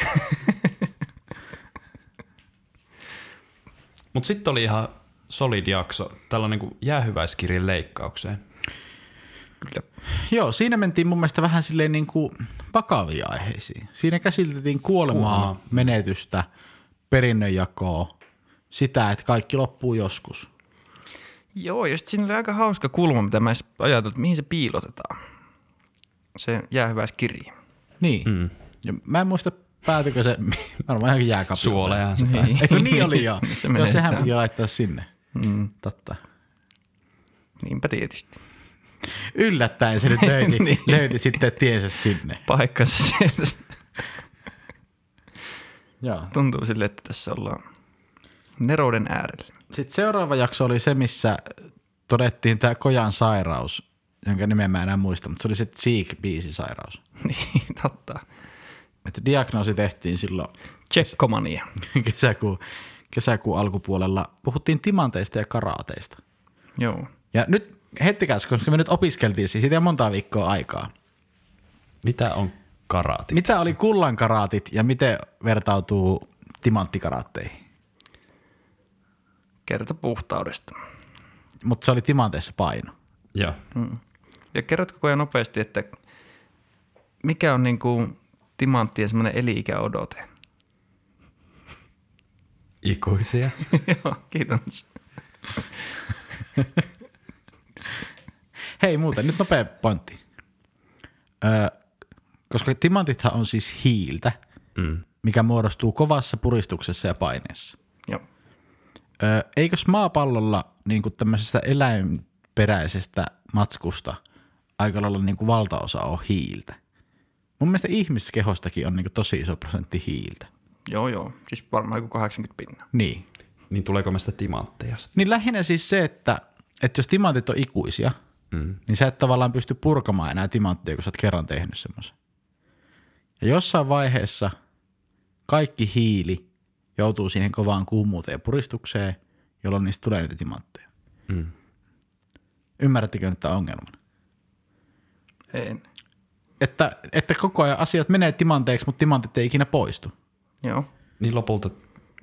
[SPEAKER 1] Mutta sitten oli ihan solid jakso. Tällainen kuin jäähyväiskirjan leikkaukseen.
[SPEAKER 2] Kyllä.
[SPEAKER 3] Joo, siinä mentiin mun mielestä vähän silleen niinku niin kuin vakavia aiheisiin. Siinä käsiteltiin kuolemaa,
[SPEAKER 1] Kuolemaa.
[SPEAKER 3] menetystä, perinnönjakoa, sitä, että kaikki loppuu joskus.
[SPEAKER 2] Joo, ja sit siinä oli aika hauska kulma, mitä mä edes ajatellut, että mihin se piilotetaan. Se jäähyväiskirja.
[SPEAKER 3] Niin. Mm. Ja mä en muista, päätykö se *laughs* varmaan johonkin jääkapioon.
[SPEAKER 1] Suoleenhan se päätyi.
[SPEAKER 3] Eikö niin *laughs* oli joo.
[SPEAKER 2] *laughs* Se
[SPEAKER 3] Se
[SPEAKER 2] menee
[SPEAKER 3] joo, sehän
[SPEAKER 2] tähän.
[SPEAKER 3] piti laittaa sinne.
[SPEAKER 2] Mm,
[SPEAKER 3] Totta.
[SPEAKER 2] niinpä tietysti.
[SPEAKER 3] Yllättäen se nyt löyti, *laughs*
[SPEAKER 2] Niin.
[SPEAKER 3] niin. löyti sitten tiensä sinne.
[SPEAKER 2] Paikkansa *laughs* sieltä.
[SPEAKER 3] Joo.
[SPEAKER 2] Tuntuu sille, että tässä ollaan nerouden äärellä. *laughs*
[SPEAKER 3] Sitten seuraava jakso oli se, missä todettiin tämä kojan sairaus, jonka nimen mä enää muista, mutta se oli se Tsiik-biisisairaus.
[SPEAKER 2] Niin, totta.
[SPEAKER 3] Että diagnoosi tehtiin silloin *laughs*
[SPEAKER 2] Tsekkomania.
[SPEAKER 3] kesäkuun, kesäkuun alkupuolella. Puhuttiin timanteista ja karaateista.
[SPEAKER 2] Joo.
[SPEAKER 3] Ja nyt hetkikäs, koska me nyt opiskeltiin siis siitä ei ole montaa viikkoa aikaa.
[SPEAKER 1] Mitä on karate?
[SPEAKER 3] Mitä oli kullankaraatit ja miten vertautuu timanttikaraatteihin?
[SPEAKER 2] Kerto puhtaudesta.
[SPEAKER 3] Mutta se oli timanteessa paino.
[SPEAKER 1] Joo.
[SPEAKER 2] Mm. Ja kerrot koko ajan nopeasti, että mikä on niin kuin timanttien semmoinen eli-ikäodote? *laughs*
[SPEAKER 1] Ikuisia.
[SPEAKER 2] Joo, kiitos.
[SPEAKER 3] Hei muuten, nyt nopea pointti. Öö, koska timantithan on siis hiiltä,
[SPEAKER 1] Mm.
[SPEAKER 3] mikä muodostuu kovassa puristuksessa ja paineessa.
[SPEAKER 2] Joo.
[SPEAKER 3] Öö, eikös maapallolla niin kuin tämmöisestä eläinperäisestä matskusta aika lailla niin kuin valtaosa on hiiltä? Mun mielestä ihmiskehostakin on niin kuin tosi iso prosentti hiiltä.
[SPEAKER 2] Joo, joo. Siis varmaan joku 80 pinnaa.
[SPEAKER 3] Niin.
[SPEAKER 1] Niin tuleeko me sitä timantteja sitten?
[SPEAKER 3] Niin lähinnä siis se, että, että jos timantit on ikuisia, mm. niin sä et tavallaan pysty purkamaan enää timanttia, kun sä oot kerran tehnyt semmoisen. Ja jossain vaiheessa kaikki hiili joutuu siihen kovaan kuumuuteen ja puristukseen, jolloin niistä tulee niitä timantteja.
[SPEAKER 1] Mm.
[SPEAKER 3] Ymmärrättekö nyt tämän ongelman?
[SPEAKER 2] En.
[SPEAKER 3] Että, että koko ajan asiat menee timanteiksi, mutta timantit ei ikinä poistu.
[SPEAKER 2] Joo.
[SPEAKER 1] Niin lopulta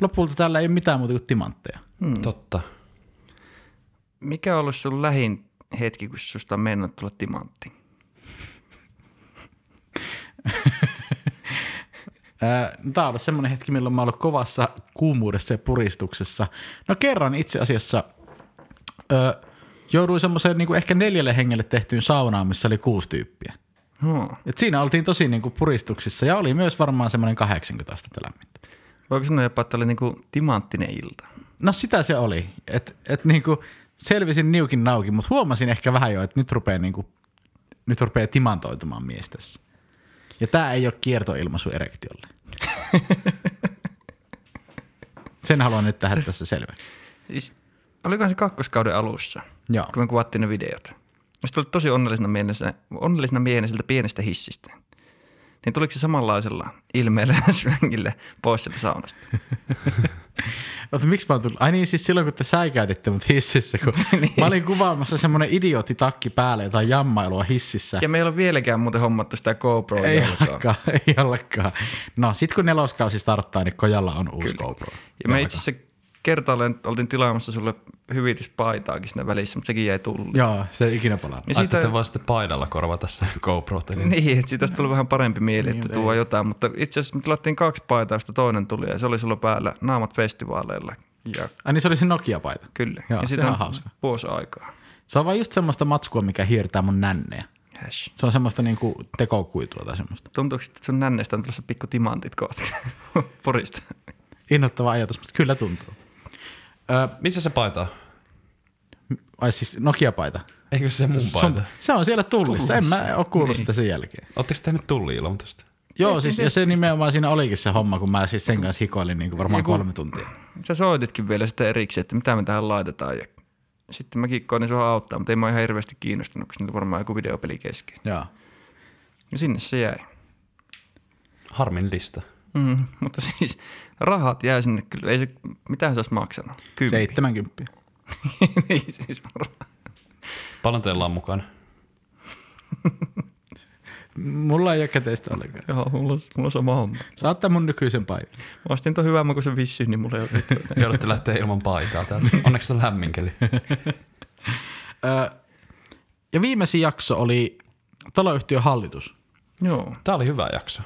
[SPEAKER 3] Lopulta täällä ei ole mitään muuta kuin timantteja.
[SPEAKER 1] mm. totta.
[SPEAKER 2] Mikä on ollut sun lähin hetki, kun susta on mennä tulla timantti?
[SPEAKER 3] No, Tämä on ollut semmoinen hetki, milloin mä oon ollut kovassa kuumuudessa ja puristuksessa. No kerran itse asiassa ö, jouduin semmoiseen niin ehkä neljälle hengelle tehtyyn saunaan, missä oli kuusi tyyppiä.
[SPEAKER 2] Joo.
[SPEAKER 3] Et siinä oltiin tosi niin kuin puristuksissa ja oli myös varmaan semmoinen 80 astetta lämmintä.
[SPEAKER 2] Voiko sanoa jopa, että oli niinku timanttinen ilta?
[SPEAKER 3] No sitä se oli. Et, et niin kuin selvisin niukin nauki, mutta huomasin ehkä vähän jo, että nyt rupeaa, niin kuin, nyt rupeaa timantoitumaan mies tässä. Ja tämä ei ole kiertoilmaisu *laughs* erektiolle. Sen haluan nyt tähän tässä selväksi.
[SPEAKER 2] Siis, olikohan se kakkoskauden alussa,
[SPEAKER 3] Joo.
[SPEAKER 2] kun me kuvattiin ne videot. Ja sitten oli tosi onnellisena mielessä, onnellisena mieliseltä pienestä hissistä. Niin tuliko se samanlaisella ilmeellä *laughs* ja swängillä pois sieltä
[SPEAKER 3] *laughs*
[SPEAKER 2] saunasta?
[SPEAKER 3] Mutta miksi mä oon tullut? Ai niin, siis silloin kun te säikäytitte mut hississä, *laughs* kun niin. mä olin kuvaamassa semmonen idiootti takki päälle jotain jammailua hississä.
[SPEAKER 2] Ja meillä on vieläkään muuten hommattu sitä
[SPEAKER 3] *laughs*
[SPEAKER 2] GoPro
[SPEAKER 3] ei ollakaan, ei ollakaan. No sit kun neloskausi starttaa, niin Kojalla on uusi Kyllä. GoPro.
[SPEAKER 2] Ja me itse asiassa kertaalleen oltiin tilaamassa sulle hyvityspaitaakin siinä välissä, mutta sekin jäi tulli.
[SPEAKER 3] Joo, se ei ikinä palaa.
[SPEAKER 2] Ja
[SPEAKER 1] Siitä...
[SPEAKER 2] siitä,
[SPEAKER 1] Ajatte vaan sitten paidalla korva tässä *laughs* GoProt.
[SPEAKER 2] *laughs*
[SPEAKER 1] Niin...
[SPEAKER 2] niin, että siitä olisi tullut vähän parempi mieli, niin, että tuo jotain, mutta itse asiassa me tilattiin kaksi paitaa, josta toinen tuli ja se oli sulla päällä naamat festivaaleilla. Ja
[SPEAKER 3] Ai niin se oli se Nokia-paita.
[SPEAKER 2] kyllä.
[SPEAKER 3] Joo,
[SPEAKER 2] ja
[SPEAKER 3] se
[SPEAKER 2] siitä
[SPEAKER 3] on
[SPEAKER 2] on
[SPEAKER 3] hauska.
[SPEAKER 2] vuosi aikaa.
[SPEAKER 3] Se on vaan just semmoista matskua, mikä hiertää mun nänneä.
[SPEAKER 2] Häsh.
[SPEAKER 3] Se on semmoista niinku tekokuitua tai semmoista.
[SPEAKER 2] Tuntuuko, että sun nännestä on tulossa pikku timantit kohta *laughs* porista?
[SPEAKER 3] Innoittava ajatus, mutta kyllä tuntuu. Ö,
[SPEAKER 1] Missä se paita on?
[SPEAKER 3] ai siis Nokia-paita.
[SPEAKER 1] Eikö se se mun
[SPEAKER 3] Se on,
[SPEAKER 1] paita?
[SPEAKER 3] se on siellä tullissa. En mä oo kuullut niin. sitä sen jälkeen.
[SPEAKER 1] Oletteko te tehnyt tulli-ilmoitusta?
[SPEAKER 3] Joo, siis ja se nimenomaan siinä olikin se homma, kun mä siis sen kanssa hikoilin niin kuin varmaan kolme tuntia.
[SPEAKER 2] Sä soititkin vielä sitä erikseen, että mitä me tähän laitetaan ja sitten mäkin koitin sua auttaa, mutta ei mä ihan hirveästi kiinnostunut, koska niillä oli varmaan joku videopeli kesken.
[SPEAKER 3] Joo.
[SPEAKER 2] Ja sinne se jäi.
[SPEAKER 1] Harmin lista.
[SPEAKER 2] Mm, mutta siis rahat jäi sinne kyllä. Ei se, mitään se olisi maksanut. Kymppi.
[SPEAKER 3] 70.
[SPEAKER 2] *laughs* niin, siis varmaan.
[SPEAKER 1] Paljon teillä on mukana?
[SPEAKER 3] Mulla ei ole käteistä ollenkaan.
[SPEAKER 2] Joo, mulla, on- mulla on sama homma.
[SPEAKER 3] Sä oot tämän mun nykyisen paikan.
[SPEAKER 2] Mä ostin ton hyvän makuisen vissy, niin mulla ei ole
[SPEAKER 3] *laughs*
[SPEAKER 2] yhtään.
[SPEAKER 1] Joudutte lähteä ilman paitaa täältä. Onneksi se on lämmin keli.
[SPEAKER 3] Ö, ja viimeisin jakso oli taloyhtiön hallitus.
[SPEAKER 2] Joo, Niin,
[SPEAKER 1] Tämä oli hyvä jakso.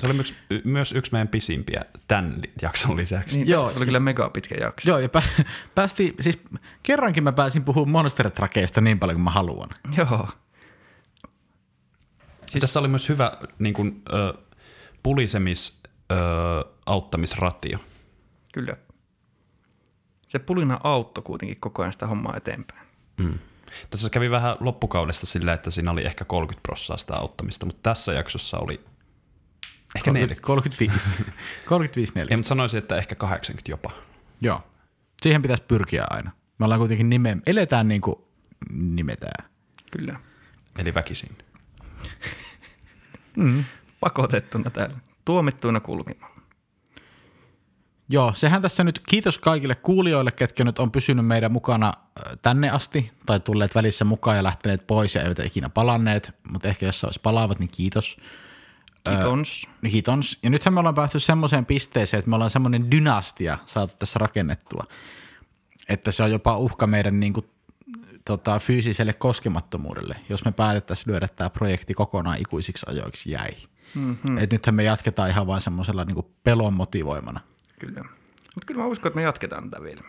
[SPEAKER 1] Se oli myös, y- myös yksi meidän pisimpiä tämän li- jakson lisäksi.
[SPEAKER 2] Niin,
[SPEAKER 3] Joo.
[SPEAKER 2] Joo. tuli kyllä mega pitkä jakso.
[SPEAKER 3] Joo, ja pä- *laughs* päästi, siis kerrankin mä pääsin puhumaan Monster Truckeista niin paljon kuin mä haluan.
[SPEAKER 2] Joo.
[SPEAKER 1] Siis... Tässä oli myös hyvä niin kuin, ö, pulisemis ö, auttamisratio.
[SPEAKER 2] Kyllä. Se pulina auttoi kuitenkin koko ajan sitä hommaa eteenpäin.
[SPEAKER 1] Mm. Tässä kävi vähän loppukaudesta sillä, että siinä oli ehkä 30 prosenttia sitä auttamista, mutta tässä jaksossa oli ehkä 40.
[SPEAKER 3] 35. 35
[SPEAKER 1] Ei,
[SPEAKER 3] 4.
[SPEAKER 1] mutta sanoisin, että ehkä 80 jopa.
[SPEAKER 3] Joo. Siihen pitäisi pyrkiä aina. Me ollaan kuitenkin nime, eletään niin kuin nimetään.
[SPEAKER 2] Kyllä.
[SPEAKER 1] Eli väkisin.
[SPEAKER 2] Pakotettuna täällä. Tuomittuina kulkemaan.
[SPEAKER 3] Joo, sehän tässä nyt kiitos kaikille kuulijoille, ketkä nyt on pysynyt meidän mukana ö, tänne asti tai tulleet välissä mukaan ja lähteneet pois ja eivät ikinä palanneet, mutta ehkä jos olisi palaavat, niin kiitos.
[SPEAKER 2] Kitons.
[SPEAKER 3] Hitons. Ja nythän me ollaan päästy semmoiseen pisteeseen, että me ollaan semmoinen dynastia saatu tässä rakennettua, että se on jopa uhka meidän niin kuin, tota, fyysiselle koskemattomuudelle, jos me päätettäisiin lyödä tämä projekti kokonaan ikuisiksi ajoiksi jäi. Mm-hmm. Et nythän me jatketaan ihan vaan semmoisella niin kuin pelon motivoimana.
[SPEAKER 2] Kyllä. Mutta kyllä mä uskon, että me jatketaan tätä vielä.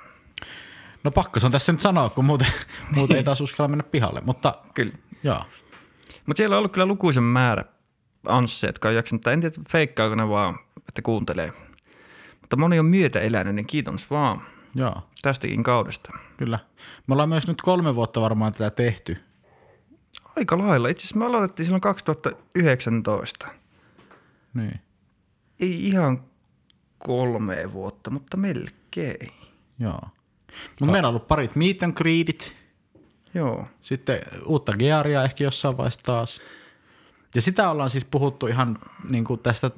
[SPEAKER 3] No pakko se on tässä nyt sanoa, kun muuten, *laughs* muuten ei taas uskalla mennä pihalle, mutta
[SPEAKER 2] Kyllä.
[SPEAKER 3] joo.
[SPEAKER 2] Mutta siellä on ollut kyllä lukuisen määrä ansseja, jotka on jaksanut, tai en tiedä feikkaako ne vaan, että kuuntelee. Mutta moni on myötä elänyt, niin kiitos vaan
[SPEAKER 3] joo.
[SPEAKER 2] tästäkin kaudesta.
[SPEAKER 3] Kyllä. Me ollaan myös nyt kolme vuotta varmaan tätä tehty.
[SPEAKER 2] Aika lailla. Itse asiassa me aloitettiin silloin 2019.
[SPEAKER 3] Niin.
[SPEAKER 2] Ei ihan kolme vuotta, mutta melkein.
[SPEAKER 3] Joo. Mutta meillä on ollut parit meet and greetit,
[SPEAKER 2] Joo.
[SPEAKER 3] sitten uutta gearia ehkä jossain vaiheessa taas. Ja sitä ollaan siis puhuttu ihan niin kuin tästä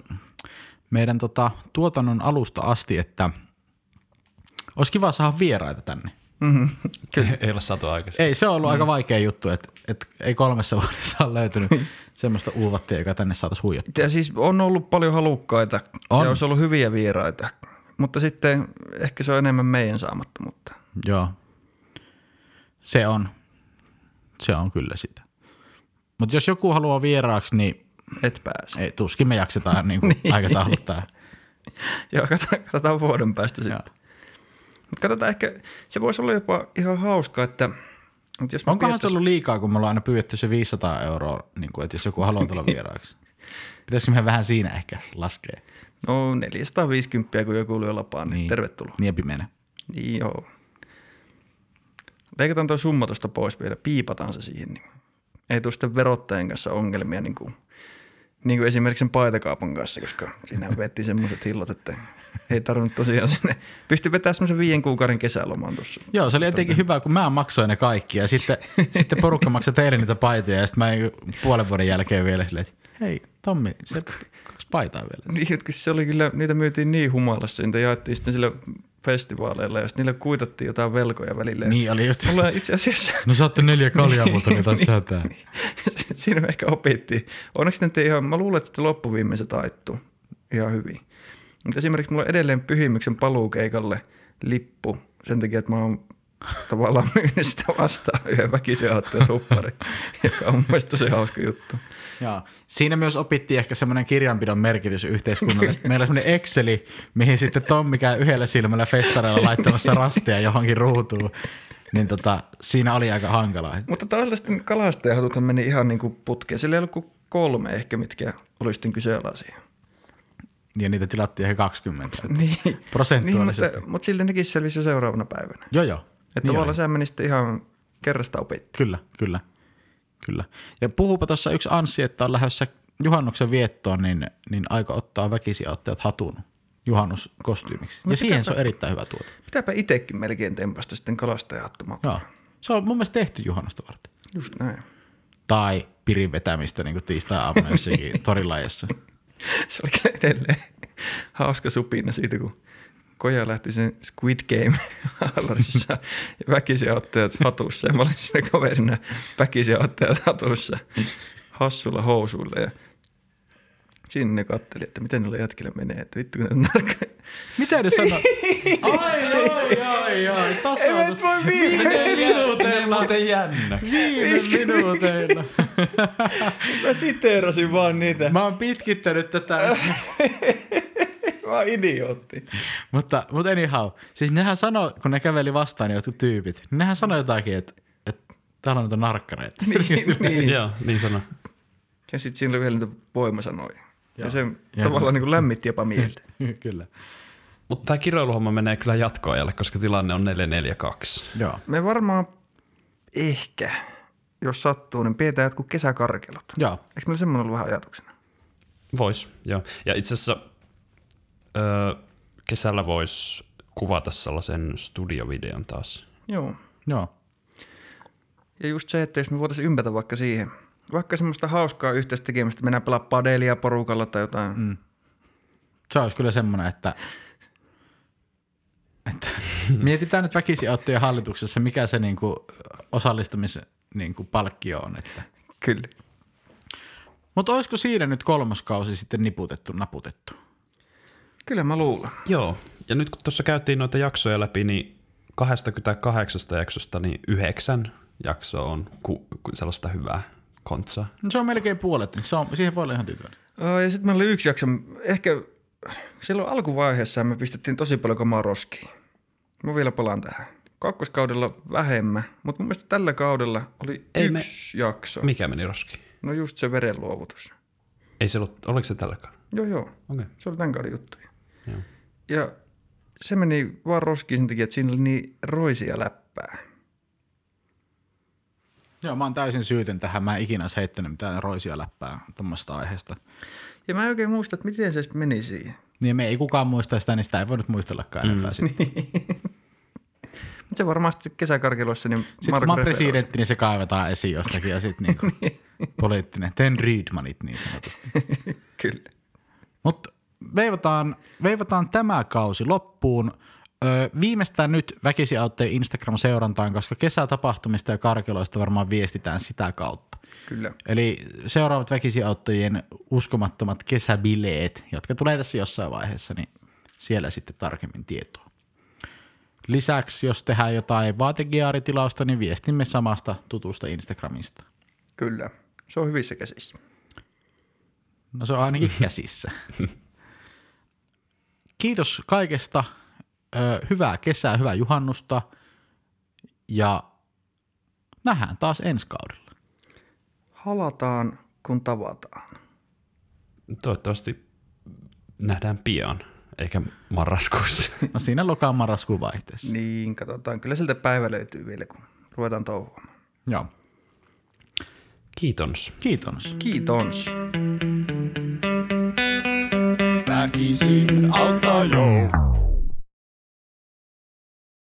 [SPEAKER 3] meidän tota, tuotannon alusta asti, että olisi kiva saada vieraita tänne.
[SPEAKER 2] Mm-hmm.
[SPEAKER 1] Kyllä. Ei ole saatu *laughs* aikaisemmin.
[SPEAKER 3] Ei, se on ollut mm. aika vaikea juttu, että, että ei kolmessa vuodessa ole *laughs* löytynyt semmoista uuvattia, joka tänne saataisiin huijattua.
[SPEAKER 2] Ja siis on ollut paljon halukkaita
[SPEAKER 3] On.
[SPEAKER 2] on. ja olisi ollut hyviä vieraita, mutta sitten ehkä se on enemmän meidän saamattomuutta.
[SPEAKER 3] Joo. Se on. Se on kyllä sitä. Mutta jos joku haluaa vieraaksi, niin
[SPEAKER 2] Et pääse.
[SPEAKER 3] ei, tuskin me jaksetaan niin kuin aikatauluttaa.
[SPEAKER 2] Joo, katsotaan, katsotaan vuoden päästä
[SPEAKER 3] Joo.
[SPEAKER 2] sitten. Mutta katsotaan ehkä, se voisi olla jopa ihan hauska, että... Mutta jos me
[SPEAKER 3] Onkohan se
[SPEAKER 2] pidettäis-
[SPEAKER 3] ollut liikaa, kun me ollaan aina pyydetty se 500 euroa, niin kuin, että jos joku haluaa tulla vieraaksi? Pitäisikö mehän vähän siinä ehkä laskea?
[SPEAKER 2] No 450, kun joku lyö lapaan, niin,
[SPEAKER 3] Niin.
[SPEAKER 2] niin. tervetuloa.
[SPEAKER 3] Niepi mene.
[SPEAKER 2] Niin, joo. Leikataan tuo summa tuosta pois vielä, piipataan se siihen. Niin ei tule sitten verottajan kanssa ongelmia, niin kuin, niin kuin esimerkiksi sen paitakaupan kanssa, koska siinä vettiin semmoiset hillot, että ei tarvinnut tosiaan sinne. Pysty vetämään semmoisen viiden kuukauden kesäloman tuossa.
[SPEAKER 3] Joo, se oli jotenkin hyvä, kun mä maksoin ne kaikki ja sitten, sitten porukka maksoi teille niitä paitoja ja sitten mä puolen vuoden jälkeen vielä silleen, että hei Tommi, se kaksi paitaa vielä.
[SPEAKER 2] Niin, että kun se oli kyllä, niitä myytiin niin humalassa, niitä jaettiin sitten sillä festivaaleilla ja sitten niillä kuitattiin jotain velkoja välillä. Niin.
[SPEAKER 3] Niin oli just.
[SPEAKER 2] Mulla itse asiassa
[SPEAKER 3] No saatte neljä kaljaa multa, niin taas säätää.
[SPEAKER 2] *laughs* siinä me ehkä opittiin. Onneksi nyt ei ihan, mä luulen, että sitten loppuviimein se taittuu ihan hyvin. Mutta esimerkiksi mulla on edelleen pyhimyksen paluukeikalle lippu sen takia, että mä oon tavallaan *laughs* myynyt sitä vastaan yhden väkisen aatteen tuppari, *laughs* joka on mun mielestä tosi hauska juttu.
[SPEAKER 3] Joo. Siinä myös opittiin ehkä semmoinen kirjanpidon merkitys
[SPEAKER 2] *laughs*
[SPEAKER 3] yhteiskunnalle. Meillä on semmoinen Exceli, mihin sitten Tommi käy yhdellä silmällä festareilla laittamassa rastia johonkin ruutuun. Niin tota, siinä oli aika hankalaa.
[SPEAKER 2] Mutta toisaalta sitten kalastajahatuthan meni ihan niin kuin putkeen. Sillä ei ollut kuin kolme ehkä, mitkä oli sitten kyseenalaisia.
[SPEAKER 3] Ja niitä tilattiin ehkä 20. että
[SPEAKER 2] *laughs* Niin.
[SPEAKER 3] Prosentuaalisesti.
[SPEAKER 2] Niin, mutta, mutta silti nekin selvisi jo seuraavana päivänä.
[SPEAKER 3] Joo joo.
[SPEAKER 2] Että niin tavallaan sä meni sitten ihan kerrasta opit.
[SPEAKER 3] Kyllä, kyllä. Kyllä. Ja puhupa tuossa yksi Anssi, että on lähdössä juhannuksen viettoon, niin, niin aika ottaa väkisiauttajat hatun juhannuskostyymiksi. Ja
[SPEAKER 2] Mutta
[SPEAKER 3] siihen se
[SPEAKER 2] pitääpä-
[SPEAKER 3] on erittäin hyvä tuote.
[SPEAKER 2] Pitääpä itsekin melkein tempasta sitten kalastajahattomaan.
[SPEAKER 3] Joo. Se on mun mielestä tehty juhannusta varten.
[SPEAKER 2] Just näin.
[SPEAKER 3] Tai pirin vetämistä niin tiistai-aamuna *laughs* jossakin torilajassa.
[SPEAKER 2] Se oli kyllä edelleen hauska supina siitä, kun koja lähti sen Squid Game haalarisissa ja väkisiä ottajat hatussa. Ja mä olin siinä kaverina väkisiä ottajat hatussa hassulla housuilla. Ja Sinne katteli, että miten niillä jätkillä menee, että vittu kun ne on narkoja.
[SPEAKER 3] Mitä ne sanoo? ai, ai, ai, ai, tasa
[SPEAKER 2] Ei nyt voi viime
[SPEAKER 1] Minuuteilla te jännäksi.
[SPEAKER 3] Viime *laughs* minuuteilla.
[SPEAKER 2] Mä siteerasin vaan niitä.
[SPEAKER 3] Mä oon pitkittänyt tätä.
[SPEAKER 2] Mä oon idiootti.
[SPEAKER 3] mutta, mutta anyhow, siis nehän sanoi, kun ne käveli vastaan niin jotkut tyypit, niin nehän sanoi jotakin, että, että täällä on niitä narkkareita.
[SPEAKER 2] Niin, niin.
[SPEAKER 1] Joo, niin sano.
[SPEAKER 2] Ja sitten siinä oli vielä niitä voimasanoja. Ja se
[SPEAKER 3] Joo.
[SPEAKER 2] tavallaan niin kuin lämmitti jopa mieltä.
[SPEAKER 3] *laughs* Kyllä.
[SPEAKER 1] Mutta tämä kiroiluhomma menee kyllä jatkoajalle, koska tilanne on 442.
[SPEAKER 3] Joo.
[SPEAKER 2] Me varmaan ehkä, jos sattuu, niin pidetään jotkut kesäkarkelut.
[SPEAKER 3] Joo.
[SPEAKER 2] Eikö meillä semmoinen ollut vähän ajatuksena?
[SPEAKER 1] Vois, joo. Ja itse asiassa öö, kesällä voisi kuvata sellaisen studiovideon taas.
[SPEAKER 2] Joo.
[SPEAKER 3] Joo.
[SPEAKER 2] Ja just se, että jos me voitaisiin ympätä vaikka siihen, vaikka semmoista hauskaa yhteistä tekemistä, mennään pelaa padelia porukalla tai jotain. Mm.
[SPEAKER 3] Se olisi kyllä semmoinen, että, että mietitään nyt väkisinottojen hallituksessa, mikä se niinku osallistumis niinku palkkio on. Että.
[SPEAKER 2] Kyllä.
[SPEAKER 3] Mutta olisiko siinä nyt kolmas kausi sitten niputettu, naputettu?
[SPEAKER 2] Kyllä mä luulen.
[SPEAKER 1] Joo, ja nyt kun tuossa käytiin noita jaksoja läpi, niin 28 jaksosta niin yhdeksän jaksoa on ku, ku, sellaista hyvää kontsaa.
[SPEAKER 3] No se on melkein puolet, niin se on, siihen voi olla ihan tyytyväinen.
[SPEAKER 2] Ö, Ja sitten meillä oli yksi jakso, ehkä silloin alkuvaiheessa me pistettiin tosi paljon kamaa roskiin. Mä vielä palaan tähän. Kakkoskaudella vähemmän, mutta mun mielestä tällä kaudella oli
[SPEAKER 1] Ei
[SPEAKER 2] Ei
[SPEAKER 1] me-
[SPEAKER 2] yksi me... jakso.
[SPEAKER 1] Mikä meni roskiin?
[SPEAKER 2] No just se verenluovutus.
[SPEAKER 1] Ei se ollut, oliko se tälläkään?
[SPEAKER 2] Joo, joo.
[SPEAKER 1] Okei.
[SPEAKER 2] Se oli tämän kauden juttuja.
[SPEAKER 1] Joo.
[SPEAKER 2] Ja se meni vaan roskiin sen takia, että siinä oli niin roisia läppää.
[SPEAKER 3] Joo, mä oon täysin syytön tähän. Mä en ikinä olisi heittänyt mitään roisia läppää tuommoista aiheesta.
[SPEAKER 2] Ja mä en oikein muista, että miten se meni siihen.
[SPEAKER 3] Niin me ei kukaan muista sitä, niin sitä ei voinut muistellakaan mm. enempää sitten.
[SPEAKER 2] Mutta se varmasti kesäkarkeloissa, niin
[SPEAKER 3] Sitten kun mä oon presidentti, niin se kaivetaan esiin jostakin ja sitten niinku poliittinen. Ten Rydmanit niin sanotusti.
[SPEAKER 2] Kyllä.
[SPEAKER 3] Mutta veivataan, veivataan tämä kausi loppuun. Öö, viimeistään nyt väkisi autteen Instagram-seurantaan, koska kesätapahtumista ja karkeloista varmaan viestitään sitä kautta.
[SPEAKER 2] Kyllä.
[SPEAKER 3] Eli seuraavat väkisiauttajien uskomattomat kesäbileet, jotka tulee tässä jossain vaiheessa, niin siellä sitten tarkemmin tietoa. Lisäksi, jos tehdään jotain vaategiaaritilausta, niin viestimme samasta tutusta Instagramista.
[SPEAKER 2] Kyllä. Se on hyvissä käsissä.
[SPEAKER 3] No se on ainakin käsissä. Kiitos kaikesta. Ö, hyvää kesää, hyvää juhannusta. Ja nähdään taas ensi kaudella.
[SPEAKER 2] Halataan, kun tavataan.
[SPEAKER 1] Toivottavasti nähdään pian, eikä marraskuussa.
[SPEAKER 3] No siinä lokaan marraskuun vaihteessa.
[SPEAKER 2] Niin, katsotaan. Kyllä siltä päivä löytyy vielä, kun ruvetaan touhuamaan.
[SPEAKER 3] Joo.
[SPEAKER 1] Kiitos.
[SPEAKER 3] Kiitos.
[SPEAKER 2] Kiitos.
[SPEAKER 3] Väkisin auttaa joo.